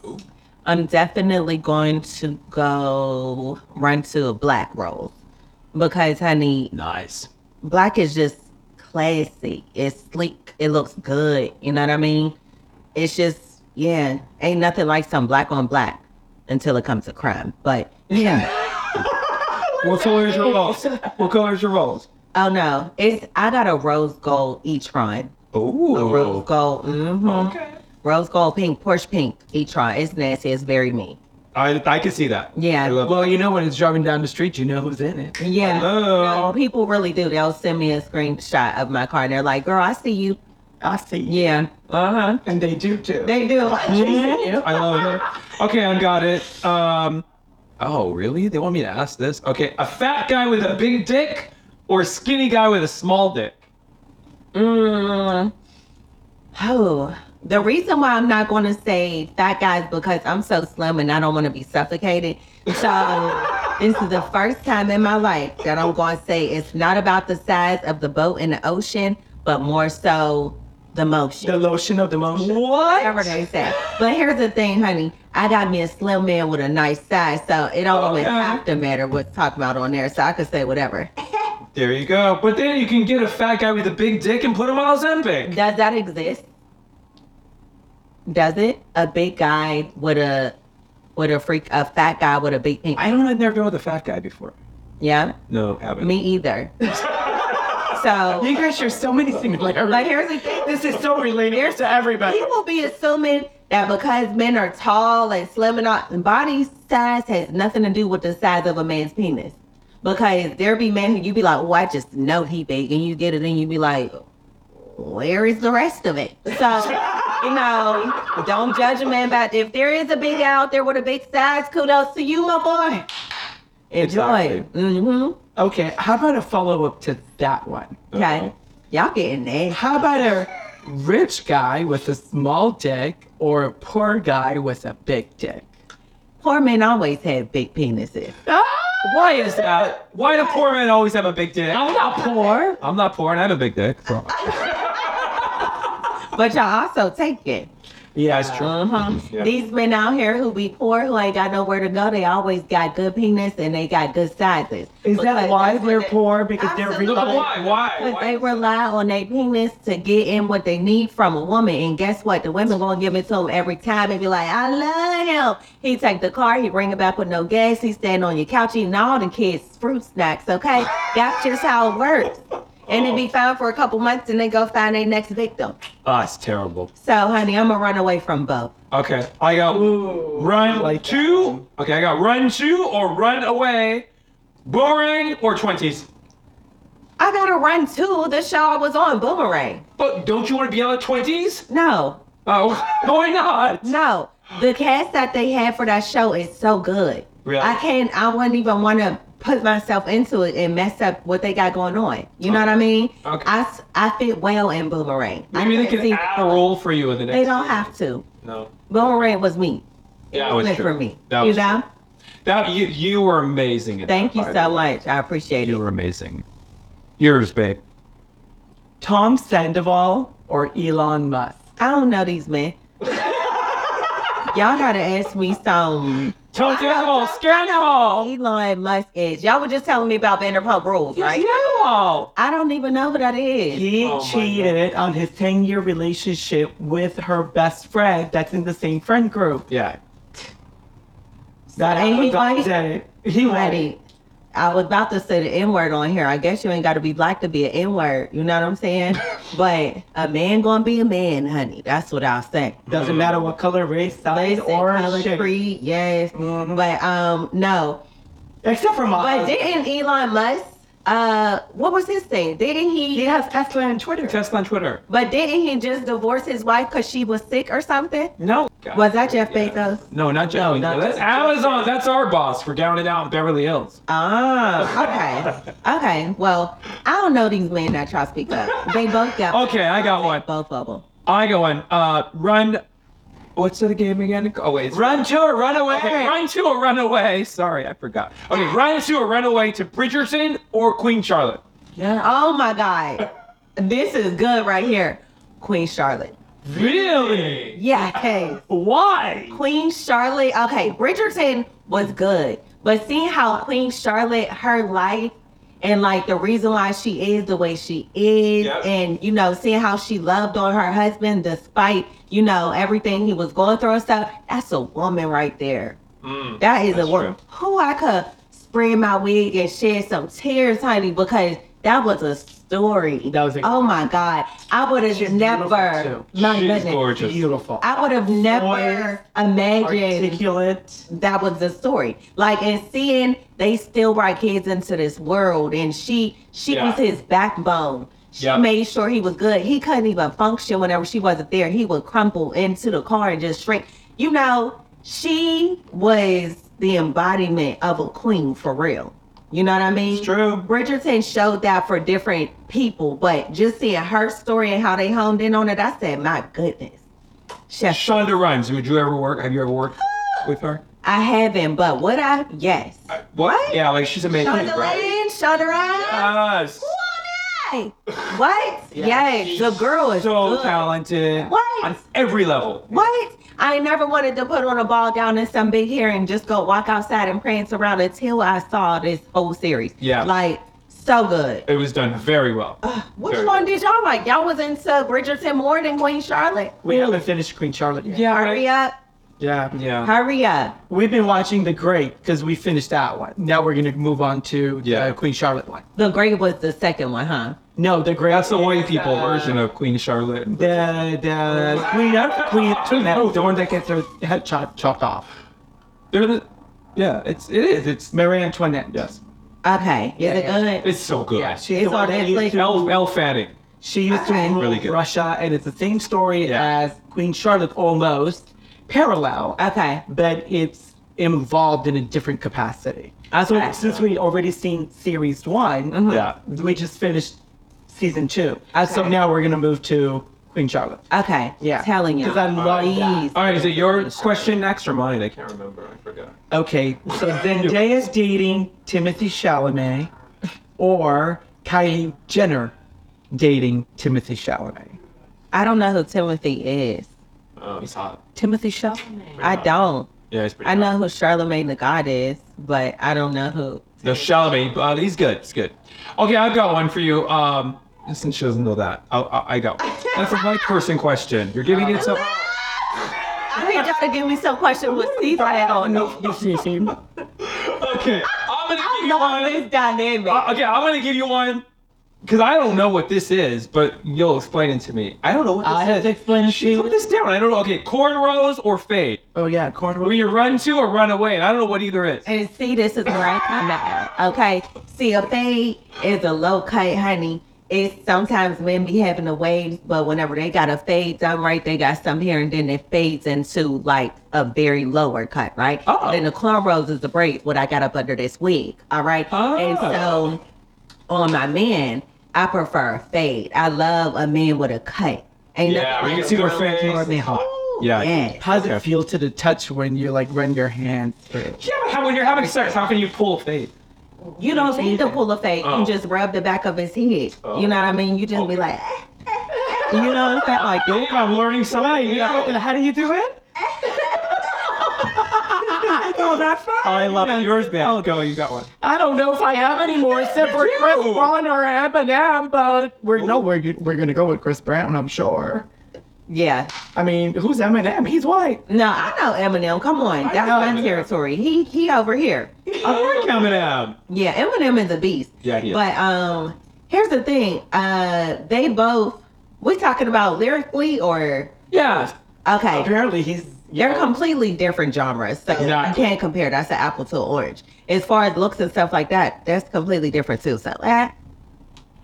C: I'm definitely going to go run to a black rose because, honey,
B: Nice.
C: black is just classy. It's sleek. It looks good. You know what I mean? It's just, yeah, ain't nothing like some black on black until it comes to crime. But yeah.
B: What color is your rolls? What color is your rolls?
C: oh no, it's I got a rose gold e-tron. A rose
B: Oh.
C: gold. hmm
B: Okay.
C: Rose gold pink, Porsche pink, e-tron. It's nasty. It's very me.
B: I I can see that.
C: Yeah.
B: I love
A: Well, you know when it's driving down the street, you know who's in it.
C: Yeah.
B: Hello.
C: No, people really do. They'll send me a screenshot of my car and they're like, girl, I see you.
A: I see. you.
C: Yeah. Uh huh.
A: And they do too.
C: They do.
A: Mm-hmm.
B: it. I love it. Okay, I got it. Um. Oh, really? They want me to ask this? Okay, a fat guy with a big dick or a skinny guy with a small dick?
C: Mm. Oh, the reason why I'm not going to say fat guys because I'm so slim and I don't want to be suffocated. So this is the first time in my life that I'm going to say it's not about the size of the boat in the ocean, but more so the motion.
A: The lotion of the motion.
C: Whatever they say. But here's the thing, honey. I got me a slim man with a nice size, so it don't always
B: Okay.
C: have to matter what's talked about on there. So I could say whatever.
B: There you go. But then you can get a fat guy with a big dick and put him on Ozempic.
C: Does that exist? Does it? A big guy with a with a freak a fat guy with a big pink
B: I don't. I've never been with a fat guy before.
C: Yeah.
B: No, haven't.
C: Me either. so
A: You guys share so many things. Like,
C: but here's the thing.
A: this is so relatable to everybody.
C: People be assuming that because men are tall and slim and all, body size has nothing to do with the size of a man's penis. Because there be men who you be like, oh, I just know he big, and you get it, and you be like, where is the rest of it? So, you know, don't judge a man by if there is a big guy out there with a big size. Kudos to you, my boy. Enjoy.
B: Exactly.
C: hmm
A: Okay, how about a follow up to that one?
C: Okay. Y'all getting there.
A: How about a rich guy with a small dick or a poor guy with a big dick?
C: Poor men always had big penises.
B: Why is that? Why do poor men always have a big dick?
A: I'm not poor.
B: I'm not poor and I have a big dick. so-
C: But y'all also take it.
A: Yeah, it's true.
C: Uh-huh.
B: Yeah.
C: These men out here who be poor, who ain't got nowhere to go, they always got good penis and they got good sizes.
A: Is that
C: Because
A: why
C: that's what
A: they're
C: they-
A: poor? Because they're
C: Absolutely.
A: relying-
B: Why? Why?
C: Because they
B: Why?
C: rely on their penis to get in what they need from a woman. And guess what? The women gonna give it to him every time and be like, I love him. He take the car, he bring it back with no gas, he stand on your couch eating all the kids' fruit snacks, okay? That's just how it works. and it'd be fine for a couple months and then go find their next victim.
B: Ah, it's terrible.
C: So, honey, I'm gonna run away from both.
B: Okay, I got run
A: like
B: two. Okay, I got run two or run away, boomerang or twenties.
C: I gotta run too. The show I was on, Boomerang.
B: But don't you want to be on the twenties?
C: No,
B: Oh, why not?
C: no. The cast that they had for that show is so good.
B: Really?
C: I can't. I wouldn't even want to put myself into it and mess up what they got going on. You know what I mean?
B: Okay.
C: I, s- I fit well in Boomerang. I
B: Maybe they
C: can't
B: can
C: see-
B: add a role for you in the next.
C: They don't have to.
B: No.
C: Boomerang was me. It
B: That was
C: meant
B: true.
C: for me.
B: That
C: you
B: was
C: know.
B: That you you were amazing. at
C: Thank
B: that,
C: you
B: by the
C: so
B: way.
C: much. I appreciate
B: You
C: it.
B: were amazing. Yours, babe.
A: Tom Sandoval or Elon Musk?
C: I don't know these men. Y'all gotta ask me some
B: Tell Daniel, scare Daniel.
C: Elon Musk is. Y'all were just telling me about Vanderpump Rules, right? I don't even know who that is.
A: He
B: Oh my
A: cheated on his 10 year relationship with her best friend that's in the same friend group.
B: Yeah.
A: That
C: Ain't he
A: Abaddon
C: white?
A: did it. He went.
C: Ready. I was about to say the N word on here. I guess you ain't got to be black to be an N word. You know what I'm saying? but a man gonna be a man, honey. That's what I'll say.
A: Doesn't matter what color, race, size,
C: Race
A: or
C: color,
A: shape.
C: creed, yes.
A: Mhm.
C: But um, no.
A: Except for my
C: But didn't Elon Musk? Uh, what was his thing? Didn't he?
A: He has Tesla and Twitter.
B: Test on Twitter.
C: But didn't he just divorce his wife because she was sick or something?
B: No.
C: Was that Jeff
B: Yeah.
C: Bezos?
B: No, not Jeff.
C: No,
B: Bezos.
C: not
B: that's Amazon. That's our boss. We're down and out in Beverly Hills.
C: Ah, okay. okay. Well, I don't know these men that y'all speak of. They both got
B: Okay, I got one.
C: both of them.
B: I got one. Uh, run. What's the game again? Oh wait, it's
D: Run to or run away.
B: Okay, run to or run away. Sorry, I forgot. Okay, run to or run away to Bridgerton or Queen Charlotte.
C: Oh my God. This is good right here. Queen Charlotte.
B: Really?
C: Yeah, okay.
B: Why?
C: Queen Charlotte. Okay, Bridgerton was good. But seeing how Queen Charlotte, her life, and like the reason why she is the way she is,
B: Yep.
C: and you know, seeing how she loved on her husband despite, you know, everything he was going through and stuff, that's a woman right there.
B: Mm.
C: That is a
B: That's
C: word.
B: true.
C: Who I could spread my wig and shed some tears, honey, because that was a story.
A: That was a-
C: oh my God. I would have never.
A: beautiful,
C: My
B: She's
C: goodness.
B: gorgeous.
A: Beautiful.
C: I would have never imagined
A: Articulate.
C: that was the story. Like and seeing they still brought kids into this world and she she
B: Yeah.
C: was his backbone. She
B: Yeah.
C: made sure he was good. He couldn't even function whenever she wasn't there. He would crumple into the car and just shrink. You know, she was the embodiment of a queen for real. You know what I mean?
A: It's true.
C: Bridgerton showed that for different people, but just seeing her story and how they honed in on it, I said, my goodness. Chef
B: Shonda Rhimes. Would you ever work? Have you ever worked with her?
C: I haven't, but would I? Yes.
B: What? Yeah, like she's amazing.
C: Shonda
B: right?
C: Lynn, Shonda Rhimes.
B: Yes.
C: Who are they? What? Yes, the girl is
B: So
C: good.
B: talented.
C: What?
B: On every level.
C: What? I never wanted to put on a ball gown and some big hair and just go walk outside and prance around until I saw this whole series.
B: Yeah.
C: Like, so good.
B: It was done very well.
C: Which
B: Very
C: one did y'all like? Y'all was into Bridgerton more than Queen Charlotte?
A: We haven't finished Queen Charlotte yet.
B: Yeah.
C: Hurry up.
A: Yeah.
B: Yeah.
C: Hurry up.
A: We've been watching The Great because we finished that one. Now we're going to move on to the
B: Yeah.
A: Queen Charlotte one.
C: The Grey was the second one, huh?
A: No, The Great.
B: That's the white
A: is,
B: people
A: uh,
B: version of Queen Charlotte.
A: The, the Queen, not Queen Antoinette, the one that gets her head chop, chopped off.
B: They're the. Yeah, it's it is. It's
A: Marie Antoinette.
B: yes.
C: Okay. Is
A: Yeah,
C: it
A: yeah.
C: good?
B: It's so good.
A: Yeah, she's
C: It's
A: the one
C: on
A: that used
C: Netflix.
A: to,
B: Elle, Elle Fanning.
A: she used to
C: Okay.
A: rule
B: Really good.
A: Russia, and it's the same story
B: Yeah.
A: as Queen Charlotte, almost parallel.
C: Okay.
A: but it's involved in a different capacity. So
C: Okay.
A: since we already seen series one,
C: Mhm.
B: Yeah.
A: we just finished season two. So
C: Okay.
A: now we're gonna move to Queen Charlotte.
C: Okay.
A: Yeah.
C: Telling you.
A: Because I love that.
C: Please.
B: All right, is it your question next or mine? I can't remember. I forgot.
A: Okay, so Zendaya's dating Timothy Chalamet or Kylie Jenner dating Timothy Chalamet.
C: I don't know who Timothy is.
B: Oh, he's hot.
A: Timothy Chalamet.
C: I don't.
B: Yeah, he's pretty.
C: I
B: hot.
C: know who Charlemagne the God is, but I don't know who.
B: The Chalamet, uh, he's good. He's good. Okay, I've got one for you. Um, since she doesn't know that, I, I, I got. One. That's a white person question. You're
C: Oh,
B: giving it some.
C: I need y'all to give me some question with Steve. I don't know.
B: Okay, I'm gonna give
C: I
B: you
C: love
B: one.
C: this dynamic. Oh,
B: Uh, okay, I'm gonna give you one because I don't know what this is, but you'll explain it to me. I don't know what this
A: I had
B: is.
A: to explain it to
B: She
A: you.
B: put this down. I don't know. Okay, cornrows or fade.
A: Oh yeah, cornrows.
B: When you run to or run away, and I don't know what either is.
C: And see, this is where I come out. Okay. See, a fade is a low cut, honey. It's sometimes men be having the waves, but whenever they got a fade done right, they got some here and then it fades into like a very lower cut, right?
B: Oh.
C: Then the cornrows is the braids, what I got up under this wig. All right. And
B: Oh.
C: so on my men, I prefer a fade. I love a man with a cut. Ain't
B: Yeah,
C: nothing
B: we can
C: like
B: see their
C: a really
B: face.
C: curly hawk.
B: Yeah.
C: Yes.
A: How does
B: Okay.
A: it feel to the touch when you like run your hand through?
B: Yeah, but how, when you're having sex, how can you pull a fade?
C: You don't need to pull a fade.
B: Oh.
C: You just rub the back of his head.
B: Oh.
C: You know what I mean? You just be like, "Eh." you know what I'm saying? Like,
B: Babe, I'm learning something.
D: And how do you do it?
B: Oh, that's fine. I love it. Yours, man. Oh, go. You got one.
D: I don't know if I have any more except for
B: You do.
D: Chris Brown or Eminem, but
A: We're no, we're we're gonna go with Chris Brown, I'm sure.
C: yeah.
A: I mean, who's Eminem? He's white.
C: No, I know Eminem. Come on,
B: I
C: that's
B: know
C: my
B: Eminem.
C: territory. He he over here.
B: I'm coming out.
C: Yeah, Eminem is a beast.
B: Yeah, he is.
C: But um, here's the thing. Uh, they both. We talking about lyrically or
B: Yeah. Uh,
C: okay?
A: Apparently, he's
C: They're completely different genres, so you
B: Exactly.
C: can't compare. That's an apple to an orange. As far as looks and stuff like that, that's completely different too. So, eh.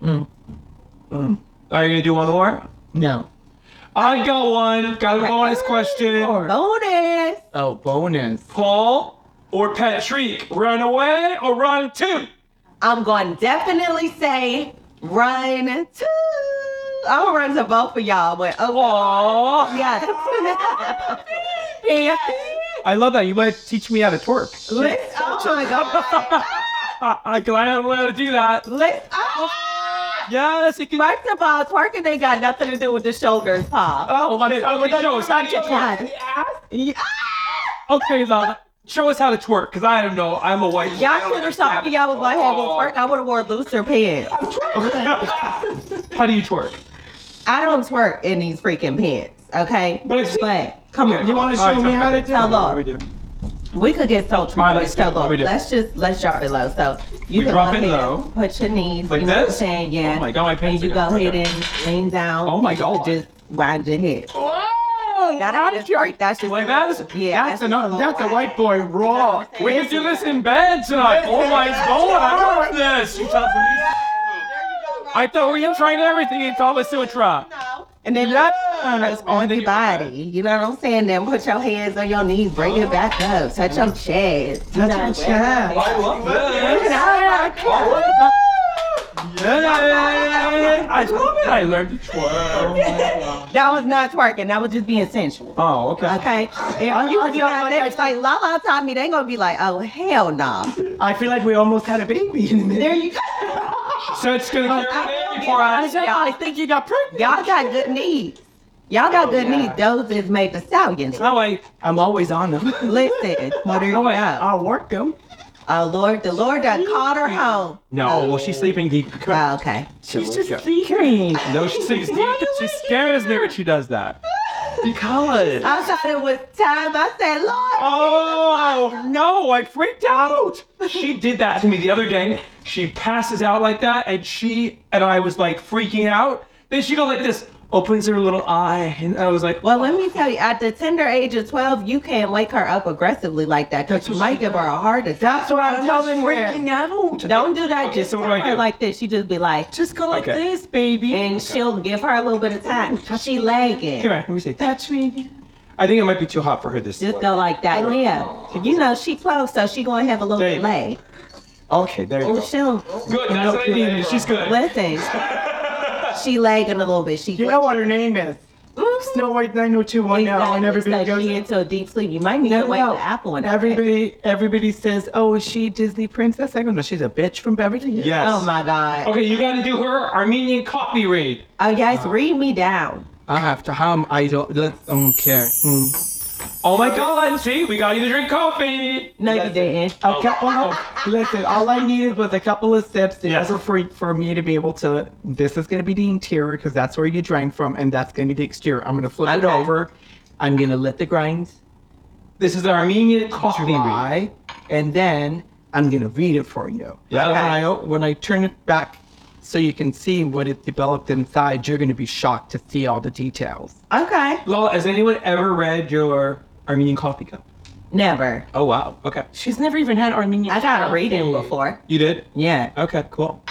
B: Are you gonna do one more?
A: no.
B: I got one. Got a bonus question.
C: bonus.
A: Oh, bonus.
B: Paul or Patrick, run away or run to?
C: I'm going to definitely say run to. I'm gonna run to both for y'all, but oh
B: Aw.
C: yeah.
B: I love that. You might teach me how to twerk.
C: Let's oh my god.
B: I- I'm glad I don't know how to Uh, do that.
C: Let's oh.
B: Yes, you can.
C: First of all, twerking ain't got nothing to do with the shoulders, Paul.
B: Oh, what is, oh, wait, show us how to twerk.
C: God.
B: Okay, Lana, show us how to twerk, because I don't know. I'm a white
C: Y'all should have told me y'all was like, hey, well, twerk. I would have wore looser pants.
B: How do you twerk?
C: I don't twerk in these freaking pants, okay?
B: But it's-
C: come on.
B: You wanna show me how to do
C: Now, look.
B: it?
C: We could get so
B: All right,
C: traumatic.
B: let's
C: So
B: do it. Let
C: low.
B: me do it.
C: Let's just let's drop it low. So you
B: We
C: can
B: drop
C: go
B: it
C: ahead,
B: low.
C: Put your knees.
B: Like
C: you know what I'm
B: this?
C: saying? Yeah.
B: Oh my God, my
C: And
B: pants
C: you
B: are
C: go
B: down.
C: ahead
B: Okay.
C: and lean down.
B: Oh my
C: and
B: God. Oh
C: Just wind your head. That is right. That's just
B: Like that is-
C: yeah.
A: That's another. That's a white boy raw.
B: We can do this in bed tonight. Oh my god, I love this. You tell me. I thought we were trying everything in Kama Sutra.
C: And then that's on your body. You know what I'm saying? Then put your hands on your knees. Bring it back up. Touch your chest. Touch your chest.
B: I love this. Yeah, I love it. I learned to twerk.
C: That was not twerking. That was just being sensual.
B: Oh, okay.
C: Okay. And you you know, they was like Lala taught me, they gonna be like, oh hell no.
A: I feel like we almost had a baby in a minute.
C: There you go.
B: So it's gonna carry in before I. "Oh,
D: I think you got pregnant.
C: Y'all got good knees. Y'all got good knees. Those is made the stallions.
B: No, wait.
A: I'm always on them.
C: Listen, what are you
B: wait.
C: up?
A: I'll work them.
C: Oh Lord, the Lord done called her home.
B: No, well, she's sleeping deep.
C: Oh, okay.
A: She's just secret.
B: No, she sleeps deep. She scares me when she does that.
A: Because
C: I thought it was time. I said, Lord.
B: Oh no, I freaked out. She did that to me the other day. She passes out like that, and she and I was like freaking out. Then she goes like this, opens her little eye, and I was like,
C: Well, let me tell you, at the tender age of 12, you can't wake her up aggressively like that because you might give her a heart attack. That's what I'm telling
D: Freaking out.
C: Don't do that.
B: Okay,
C: just
B: so what do I
C: tell her
B: do?
C: like this. She just be like,
D: Just go like
B: Okay.
D: this, baby.
C: and she'll give her a little bit of time. She lagging.
B: "Come here, let me see."
D: Touch me.
B: I think it might be too hot for her this.
C: Just go like that. Yeah. You know, she close, so she gonna have a little
B: There you go.
C: delay.
B: Okay, there you
C: Or
B: go.
C: she'll
B: Good, that's what I needed. She's good.
C: listen. She lagging a little bit. She
A: you know what her name is. Snow White 9021 now, and everybody
C: so
A: goes.
C: she into a deep sleep. You might need to
A: No,
C: wake
A: no.
C: the apple and
A: Everybody, everybody says, "Oh, is she Disney princess?" I go, "No, she's a bitch from Beverly Hills."
B: Yes.
C: Oh my god.
B: Okay, you gotta do her Armenian coffee read.
C: Oh guys, read me down.
A: I have to. Hum, I don't. Let's, I don't care. Mm.
B: Oh my God! See, we got you to drink coffee.
C: No, you didn't.
A: A couple. Of, listen, all I needed was a couple of sips. It
B: Yes.
A: was free for me to be able to. This is gonna be the interior because that's where you drank from, and that's gonna be the exterior. I'm gonna flip it
C: Okay.
A: over. I'm gonna let the grind
B: This is the Armenian coffee read.
A: dry, and then I'm gonna read it for you.
B: Yeah.
A: And I, when I turn it back so you can see what it developed inside, you're going to be shocked to see all the details.
C: Okay.
B: Lola, has anyone ever read your Armenian coffee cup?
C: Never.
B: Oh wow. Okay.
D: She's never even had Armenian.
C: I got a
D: coffee.
C: reading before.
B: You did?
C: Yeah.
B: Okay, cool.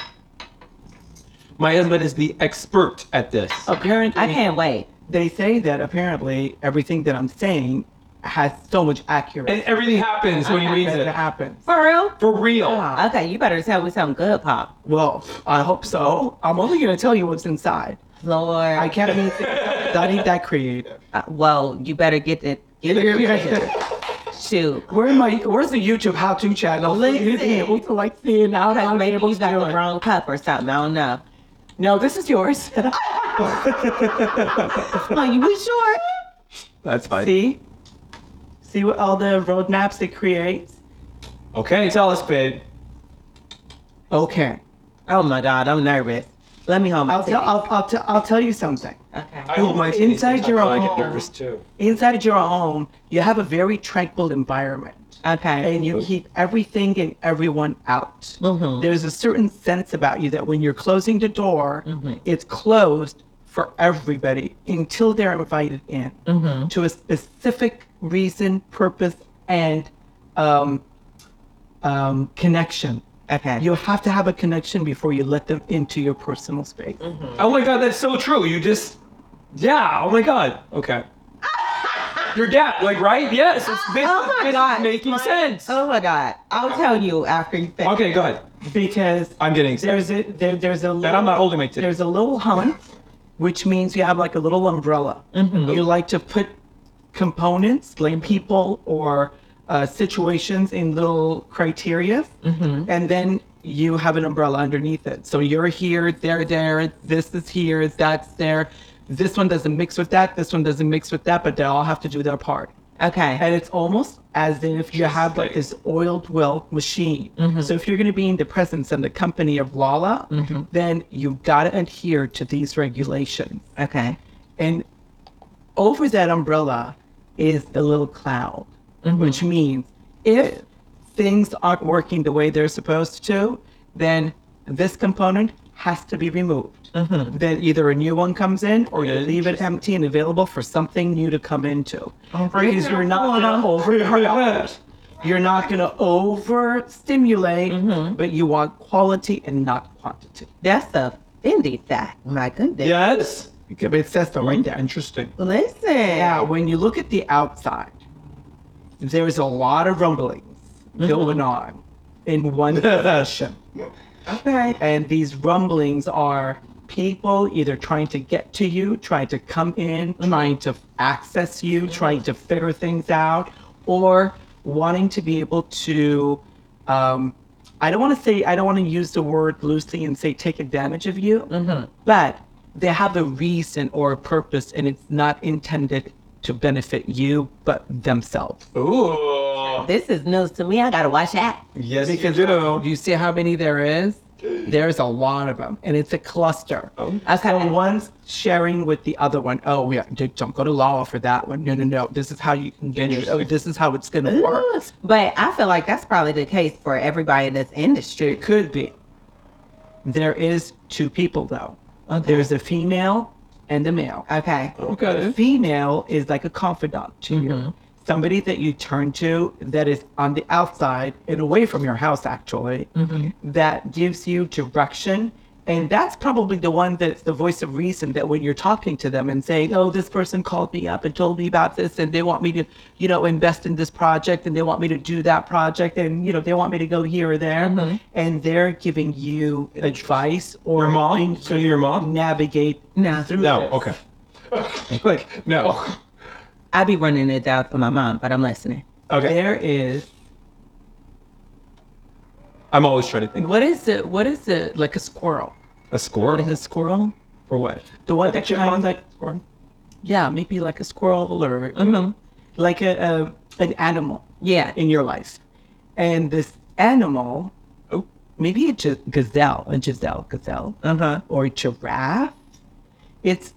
B: My husband is the expert at this.
A: Oh.
D: Apparently,
C: I can't wait.
A: They say that apparently everything that I'm saying has so much accuracy
B: And everything happens when he reads
A: that
B: it.
A: happens.
C: For real?
B: For real.
C: Okay, you better tell me something good, Pop.
A: Well, I hope so. I'm only going to tell you what's inside.
C: Lord.
A: I can't make that ain't that creative.
C: Uh, well, you better get it. Get it. Shoot.
A: Where am I? Where's the YouTube how-to channel? for you to be
C: Listen.
A: able to like see and out
C: Like
A: I'm
C: maybe
A: able
C: you
A: to do
C: got the
A: it.
C: wrong cup or something. I don't know.
D: no, this is yours.
C: Are you we sure?
B: That's fine.
A: See, see what all the roadmaps it creates.
B: Okay, tell us, babe.
A: Okay,
C: Oh my God, I'm nervous. Let me hold my
A: I'll tell.
C: titties.
A: I'll, I'll, tell- I'll tell you something.
C: Okay.
B: I hope my titties
A: Inside
B: don't
A: your
B: touch, I get
A: own-
B: nervous too.
A: Inside your home, you have a very tranquil environment,
C: Okay.
A: and you keep everything and everyone out.
C: Mhm.
A: There's a certain sense about you that when you're closing the door, it's closed for everybody until they're invited in to a specific reason, purpose, and um, um, connection.
C: Okay.
A: You have to have a connection before you let them into your personal space.
B: Oh my god, that's so true. You just Yeah, oh my god. Okay. Your dad, like right? Yes, it's, this,
C: oh my
B: this
C: God.
B: is making sense.
C: oh my God. I'll tell you after you finish.
B: Okay, go ahead.
A: Because
B: I'm getting excited.
A: there's a there, there's a
B: And
A: little,
B: I'm not holding my titties.
A: there's a little hump, which means you have like a little umbrella.
B: Mm-hmm.
A: You like to put components, like people or uh, situations in little criteria,
B: Mm-hmm.
A: and then you have an umbrella underneath it. So you're here, they're there, this is here, that's there. This one doesn't mix with that. This one doesn't mix with that, but they all have to do their part.
C: Okay.
A: and it's almost as if you have like this oiled well machine. So if you're going to be in the presence and the company of Lala, then you've got to adhere to these regulations.
C: Okay.
A: And over that umbrella is a little cloud, which means if things aren't working the way they're supposed to, then this component has to be removed. Then either a new one comes in or you leave it empty and available for something new to come into. because you're not going to over you're not going to overstimulate, but you want quality and not quantity.
C: That's a Fendi sack. My goodness.
B: Yes.
A: It says so
B: Mm-hmm.
A: right there.
B: Interesting.
C: Listen.
A: Yeah, when you look at the outside, there is a lot of rumblings going on in one direction.
C: Okay.
A: And these rumblings are people either trying to get to you, trying to come in, trying to access you, trying to figure things out, or wanting to be able to. Um, I don't want to say, I don't want to use the word loosely and say take advantage of you, but they have a reason or a purpose, and it's not intended to benefit you, but themselves.
B: Ooh.
C: This is news to me. I gotta watch that.
B: Yes, you do.
A: You see how many there is? There's a lot of them, and it's a cluster.
C: Okay.
A: So one's sharing with the other one. Oh, yeah, dude, don't go to law for that one. No, no, no. This is how you can get it. Oh, this is how it's going to work.
C: But I feel like that's probably the case for everybody in this industry.
A: It could be. There is two people, though. There's a female and a male.
C: Okay.
A: A
B: Okay.
A: female is like a confidant to
B: Mm-hmm.
A: you, somebody that you turn to that is on the outside and away from your house, actually,
B: Mm-hmm.
A: that gives you direction. And that's probably the one that's the voice of reason that when you're talking to them and saying, oh, this person called me up and told me about this, and they want me to, you know, invest in this project, and they want me to do that project, and, you know, they want me to go here or there. And they're giving you advice or
B: Mm-hmm. Your mom? So your mom?
A: navigate
C: No.
A: through
B: No,
A: this.
B: okay. like, no.
C: I be running it down for my mom, but I'm listening.
B: Okay.
A: There is
B: I'm always trying to think.
A: What is it? What is it? Like a squirrel?
B: A score?
A: Like a squirrel?
B: For what?
A: The one that you found like, or, yeah, maybe like a squirrel or mm-hmm. like a, a an animal
C: Yeah.
A: in your life, and this animal,
B: Oh.
A: maybe it's a gazelle, a Giselle gazelle,
C: Uh huh.
A: or a giraffe. It's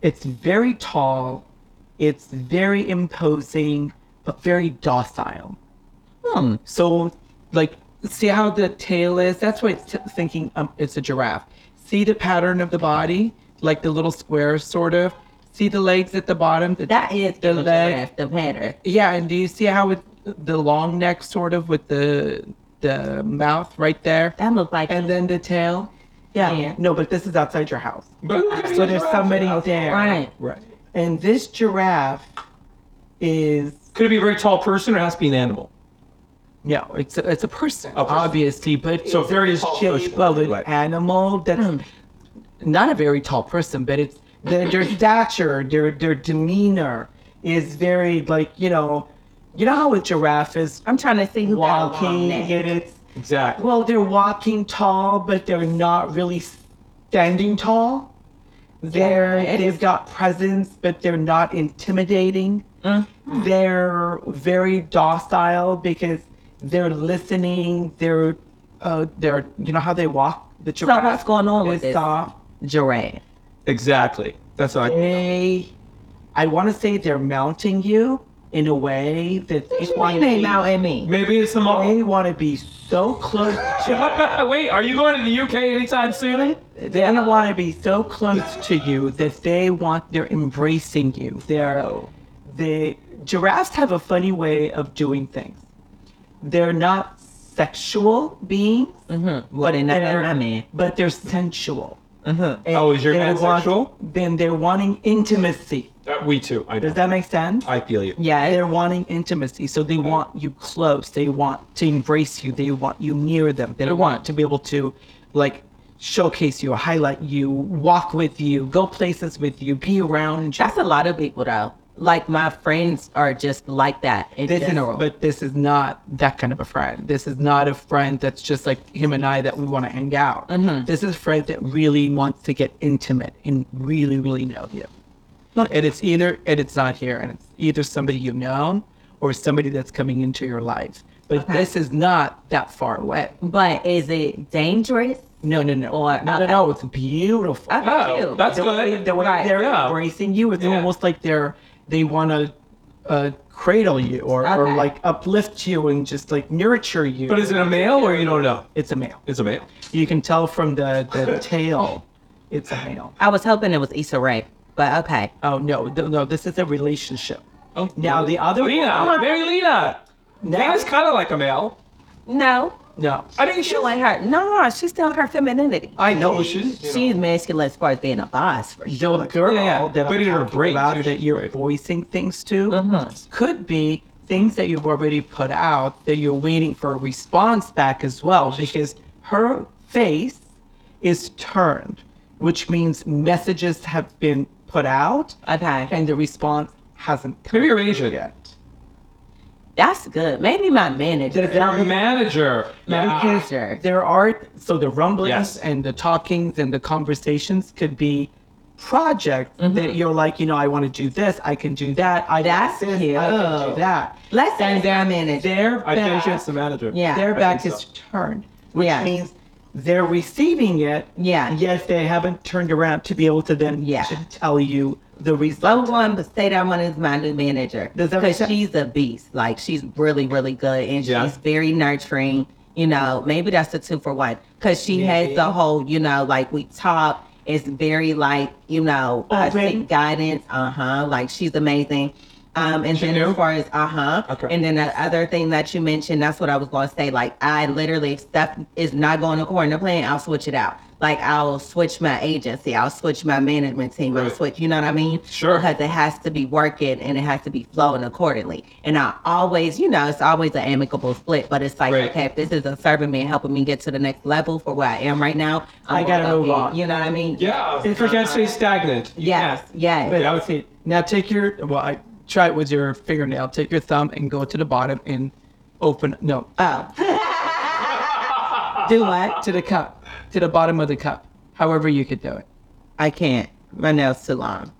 A: it's very tall, it's very imposing, but very docile.
C: Hmm.
A: So, like, see how the tail is? That's why it's t- thinking um, it's a giraffe. see the pattern of the body, like the little squares, sort of. See the legs at the bottom. The,
C: That is
A: the
C: the
A: leg.
C: left, the pattern.
A: Yeah, and do you see how it, the long neck, sort of, with the the mouth right there,
C: That looks like
A: and then the tail?
C: Yeah.
A: No, but this is outside your house,
B: But-
A: so there's somebody there.
C: right.
A: Right. And this giraffe is
B: Could it be a very tall person or it has to be an animal?
A: Yeah, it's a, it's a person,
B: A person.
A: obviously, but
B: So
A: so
B: very
A: very
B: tall person.
A: shape-level
B: Right.
A: animal that's not a very tall person, but it's their, their stature, their their demeanor is very like you know, you know how a giraffe is
C: I'm trying to see who got a long
A: walking
C: neck.
A: and it's
B: Exactly.
A: well they're walking tall, but they're not really standing tall. They're
C: Yeah, it
A: they've got presence, but they're not intimidating
C: Mm-hmm.
A: they're very docile because they're listening. They're, uh, they're you know how they walk. The
C: So what's going on
A: is
C: with this
A: soft.
C: giraffe?
B: Exactly. That's what I.
A: They, I want to say they're mounting you in a way that they
C: Why
A: want
C: they
A: to
C: out at me?
B: Maybe it's the
A: be,
B: mom.
A: they want to be so close. to
B: Wait, are you going to the UK anytime soon?
A: They want to be so close to you that they want. They're embracing you.
B: Oh.
A: They're, they giraffes have a funny way of doing things. They're not sexual beings.
C: Mm-hmm. What in that I mean?
A: but they're sensual.
C: Mm-hmm.
A: And
B: Oh, is your
A: they
B: man
A: want-
B: sexual?
A: Then they're wanting intimacy.
B: Uh, we too. I
A: Does
B: know.
A: that make sense?
B: I feel you.
C: Yeah.
A: They're wanting intimacy, so they want you close. They want to embrace you. They want you near them. They don't want to be able to, like, showcase you, highlight you, walk with you, go places with you, be around. And
C: That's a lot of people though. Like my friends are just like that in
A: this is,
C: general.
A: but this is not that kind of a friend. This is not a friend that's just like him and I that we want to hang out.
C: Mhm.
A: This is a friend that really wants to get intimate and really, really know you. And it's either, and it's not here, and it's either somebody you know or somebody that's coming into your life. But
C: Okay.
A: this is not that far away.
C: But is it dangerous?
A: No, no, no.
C: Or-
A: no, no, no. It's beautiful.
C: I
B: Oh,
C: think you.
B: that's
A: the way,
B: good.
A: the way
C: Right.
A: they're
B: Yeah.
A: embracing you, it's
B: Yeah.
A: almost like they're they want to uh, cradle you or, or
C: Okay.
A: like uplift you and just like nurture you.
B: But is it a male or you don't know?
A: It's a male.
B: It's a male.
A: You can tell from the the tail, it's a male.
C: I was hoping it was Issa Rae, but okay.
A: Oh no, th- no, this is a relationship.
B: Oh,
A: Now the other
B: Lena, Mary Lena.
A: now,
B: That's kind of like a male.
C: No,
A: no,
B: I think she
C: still in her. No, she's still in her femininity.
A: I know
B: Oh, she's. you know.
C: She's masculine as far as being a boss. For sure.
A: the girl
B: Yeah, yeah.
A: that
B: But
A: I'm
B: in her
A: talking
B: brain,
A: about
B: too,
A: that
B: she-
A: you're voicing things to
C: Uh-huh.
A: could be things that you've already put out that you're waiting for a response back as well because her face is turned which means messages have been put out
C: Okay,
A: and the response hasn't come
B: Maybe you're Asian.
A: yet
C: that's good. Maybe my manager.
A: Does that
B: Your manager.
A: because
C: Manager.
A: Uh, there are so the rumblings
B: Yes.
A: and the talkings and the conversations could be projects
C: Mm-hmm.
A: that you're like, you know, I want to do this, I can do that, I
C: That's
A: can do this, I can
C: cute.
A: do that.
C: Let's ask our manager.
A: Their
B: I think
A: back,
B: she's the manager.
C: Yeah.
A: their
B: I
A: back
B: think
A: is
B: so.
A: turned, which
C: Yeah.
A: means they're receiving it.
C: Yeah.
A: Yes, they haven't turned around to be able to then
C: Yeah.
A: to tell you the
C: Low
A: result.
C: one, but say that one is my new manager.
A: Does that make
C: Because
A: sense?
C: she's a beast. Like she's really, really good and
B: Yeah.
C: she's very nurturing. You know, maybe that's the two for one. Cause she
A: Maybe.
C: has the whole, you know, like we talk. It's very like, you know,
B: Oh,
C: uh,
A: Open.
C: seek guidance. Uh huh. Like she's amazing. Um, and
B: She
C: then
B: knew?
C: as far as uh huh,
B: Okay.
C: and then the other thing that you mentioned, that's what I was going to say. Like I literally, if stuff is not going according to plan, I'll switch it out. Like I'll switch my agency, I'll switch my management team, I'll
B: Right.
C: switch. You know what I mean?
B: Sure.
C: Because it has to be working and it has to be flowing accordingly. And I always, you know, it's always an amicable split, but it's like,
B: Right.
C: okay, if this is a serving me and helping me get to the next level for where I am right now,
A: I gotta
C: gonna
A: move
C: be-
A: on.
C: You know what I mean?
B: Yeah. If you can't stay stagnant. you
C: Yes.
B: can't.
C: Yes.
A: But
B: Yeah.
A: I would say now take your well, I try it with your fingernail. Take your thumb and go to the bottom and open no
C: Oh. Do what?
A: to the cup, to the bottom of the cup. However you could do it.
C: I can't. My nails too long.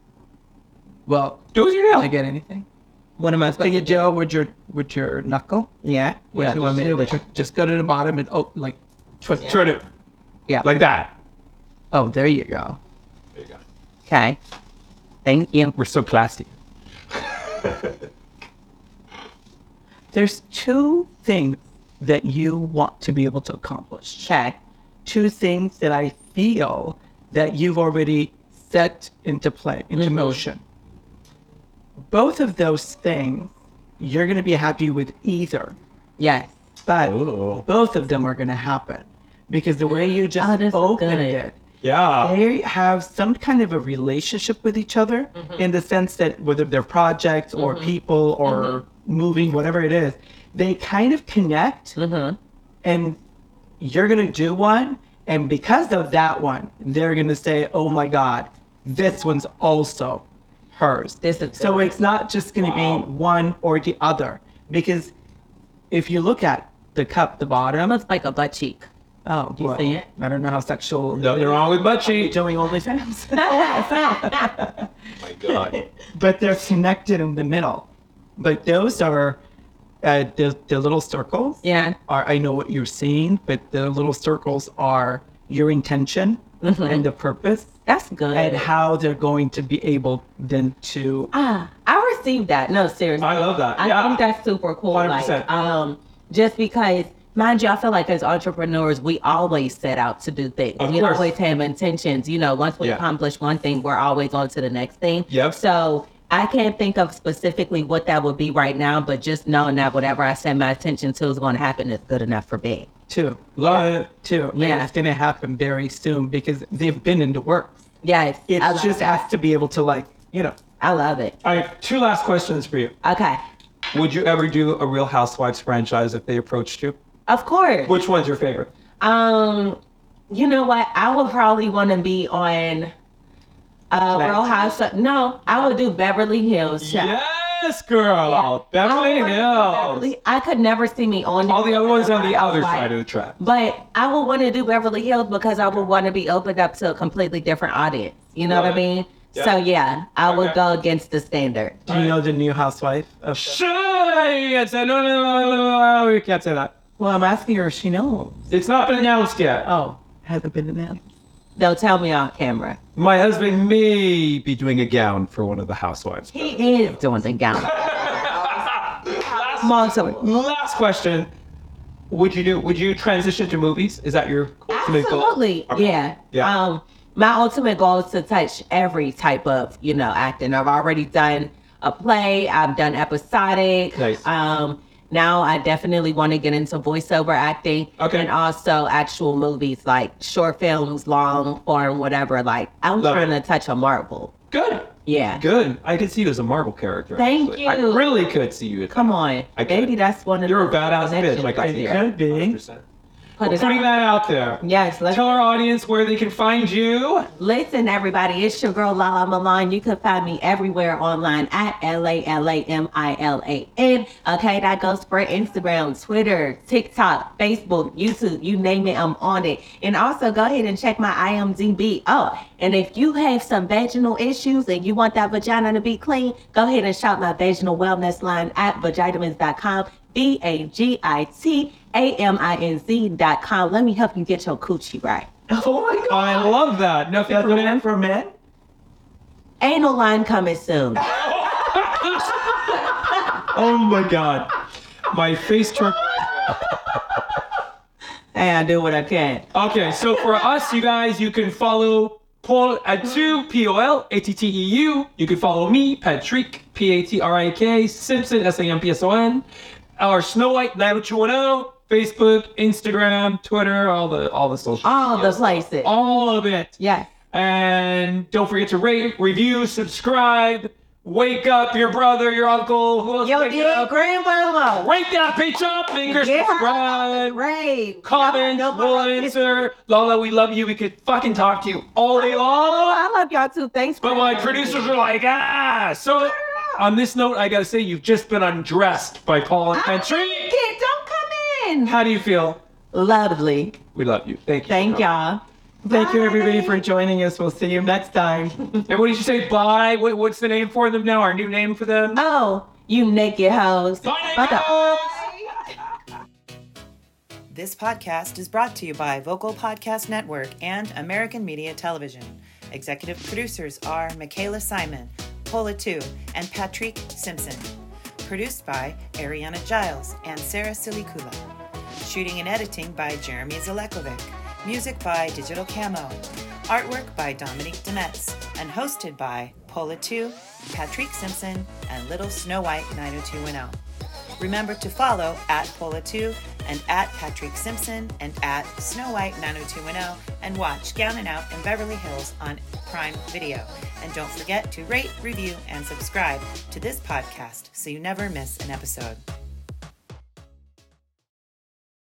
A: Well,
B: Do it with your
A: did I
B: nail.
A: get anything?
C: What am I
A: Take
C: supposed
A: a
C: to do?
A: gel with your with your knuckle.
C: Yeah.
A: With
B: Yeah,
A: your
B: just do
A: middle- just go to the bottom and oh, like twist.
B: Turn it
A: Yeah.
B: like that.
A: oh, there you go.
B: There you go.
C: Okay. Thank you.
B: We're so classy.
A: There's two things that you want to be able to accomplish.
C: Okay.
A: Two things that I feel that you've already set into play, into
B: Mm-hmm.
A: motion. Both of those things, you're going to be happy with either,
C: Yes.
A: but
B: Ooh.
A: both of them are going to happen because the way you
C: Oh,
A: just
C: this is
A: opened
C: good.
A: it,
C: Uh,
B: Yeah.
A: they have some kind of a relationship with each other
C: Mm-hmm.
A: in the sense that whether they're projects or people or
C: Mm-hmm.
A: moving, whatever it is, they kind of connect
C: Mm-hmm.
A: and you're going to do one. And because of that one, they're going to say, oh my God, this one's also hers.
C: This is
A: so
C: good.
A: it's not just going to be one or the other. Because if you look at the cup, the bottom,
C: Almost like a butt cheek.
A: oh,
C: you
A: well,
C: see it?
A: I don't know how sexual.
B: Nothing wrong with butt
A: Are we
B: cheek.
A: doing OnlyFans?
B: my God.
A: but they're connected in the middle. But those are uh, the, the little circles.
C: Yeah.
A: Are I know what you're seeing, but the little circles are your intention and the purpose
C: That's good.
A: and how they're going to be able then to.
C: Ah, I received that. No, seriously.
B: I love that.
C: I
B: yeah.
C: think that's super cool. Like,
B: 100%.
C: um, just because, mind you, I feel like as entrepreneurs, we always set out to do things.
B: Of
C: we
B: course.
C: always have intentions. You know, once we
B: Yeah.
C: accomplish one thing, we're always on to the next thing.
B: Yep.
C: So I can't think of specifically what that would be right now, but just knowing that whatever I send my attention to is going to happen is good enough for me.
A: Too.
B: Love it.
A: Too.
C: Yeah.
A: And it's going to happen very soon because they've been in the works.
C: Yes.
A: It
C: I love
A: just
C: it.
A: has to be able to, like, you know,
C: I love it.
B: All right. Two last questions for you.
C: Okay.
B: Would you ever do a Real Housewives franchise if they approached you?
C: Of course.
B: Which one's your favorite?
C: Um, you know what? I would probably want to be on uh Real House. No, I would do Beverly Hills.
B: Yes, girl. Oh, Beverly
C: I would wanna do
B: Hills.
C: Oh, Beverly- I could never see me on
B: All the other ones on the other
C: Like,
B: side of the track.
C: But I would want to do Beverly Hills because I would want to be opened up to a completely different audience. You know
B: Love
C: what I
B: it.
C: mean?
B: Yeah.
C: So yeah, I would
B: Okay.
C: go against the standard.
A: do you know the new housewife? Of-
B: Sure. You can't say no, no, no, no, no. You can't say that.
A: well, I'm asking her if she knows.
B: It's not been announced yet.
A: Oh, hasn't been announced.
C: They'll tell me on camera.
B: My husband may be doing a gown for one of the housewives.
C: He is doing the gown. Multiple.
B: Last question. Would you do would you transition to movies? Is that your ultimate goal?
C: Absolutely.
B: Okay.
C: Yeah.
B: Yeah.
C: Um, my ultimate goal is to touch every type of, you know, acting. I've already done a play, I've done episodic.
B: Nice.
C: Um, now I definitely want to get into voiceover acting
B: Okay.
C: and also actual movies like short films, long form, whatever. Like I'm
B: Love
C: trying
B: it.
C: to touch a marble.
B: Good.
C: Yeah.
B: Good. I could see you as a Marvel character.
C: Thank
B: actually. I
C: you.
B: really could see you.
C: Come on.
B: I get
C: Maybe
B: it.
C: that's one of
B: You're a
C: the
B: badass bitch.
C: connections
B: Like I
C: right
B: see
C: there.
A: Could be.
B: 100%.
C: Put it
B: Putting
C: out.
B: that out there.
C: Yes, let's
B: Tell our audience where they can find you.
C: Listen, everybody, it's your girl Lala Milan. You can find me everywhere online at L A L A M I L A N. Okay, that goes for Instagram, Twitter, TikTok, Facebook, YouTube, you name it, I'm on it. And also go ahead and check my IMDb up. And if you have some vaginal issues and you want that vagina to be clean, go ahead and shop my vaginal wellness line at vagitamins.com. V A G I T A M I N Z dot com. Let me help you get your coochie right.
A: Oh my God.
B: I love that. Nothing
A: That's
B: for
A: a man
B: men.
A: for men?
C: Anal line coming soon.
B: Oh my god. My face turned
C: Hey, I do what I can.
B: Okay, so for us, you guys, you can follow Paul Atu, P O L A T T E U. You can follow me, Patrick, P A T R I K, Simpson, S A M P S O N. Our Snow White 90210, Facebook, Instagram, Twitter, all the all the social,
C: All the places.
B: all of it.
C: yes.
B: And don't forget to rate, review, subscribe. Wake up your brother, your uncle, who else?
C: Yo,
B: wake
C: dear
B: up?
C: grandmama.
B: Rate that bitch up, fingers
C: Yeah.
B: subscribe
C: Ray.
B: comments,
C: Y'all know my
B: we'll
C: life is-
B: answer. Lola, we love you. We could fucking talk to you all day
C: Oh,
B: long.
C: I love y'all too. Thanks.
B: But my producers are like, ah. So on this note, I gotta say, you've just been undressed by Paul and Patrick.
C: Kid, don't come in.
B: How do you feel?
C: Lovely.
B: We love you. Thank you.
C: Thank y'all.
A: Thank you, everybody, for joining us. We'll see you next time.
B: And what did you say? Bye. What, what's the name for them now? Our new name for them?
C: Oh, you naked hoes.
B: Bye,
C: Bye.
B: guys.
E: This podcast is brought to you by Vocal Podcast Network and American Media Television. Executive producers are Michaela Simon, Paula Tu, and Patrick Simpson. Produced by Ariana Giles and Sarah Silikula. Shooting and editing by Jeremy Zalekovic. Music by Digital Camo. Artwork by Dominique Demetz and hosted by Paula 2, Patrick Simpson, and Little Snow White 90210. Remember to follow at Pola2 and at Patrick Simpson and at Snow White 90210 and watch Gown and Out in Beverly Hills on Prime Video. And don't forget to rate, review, and subscribe to this podcast so you never miss an episode.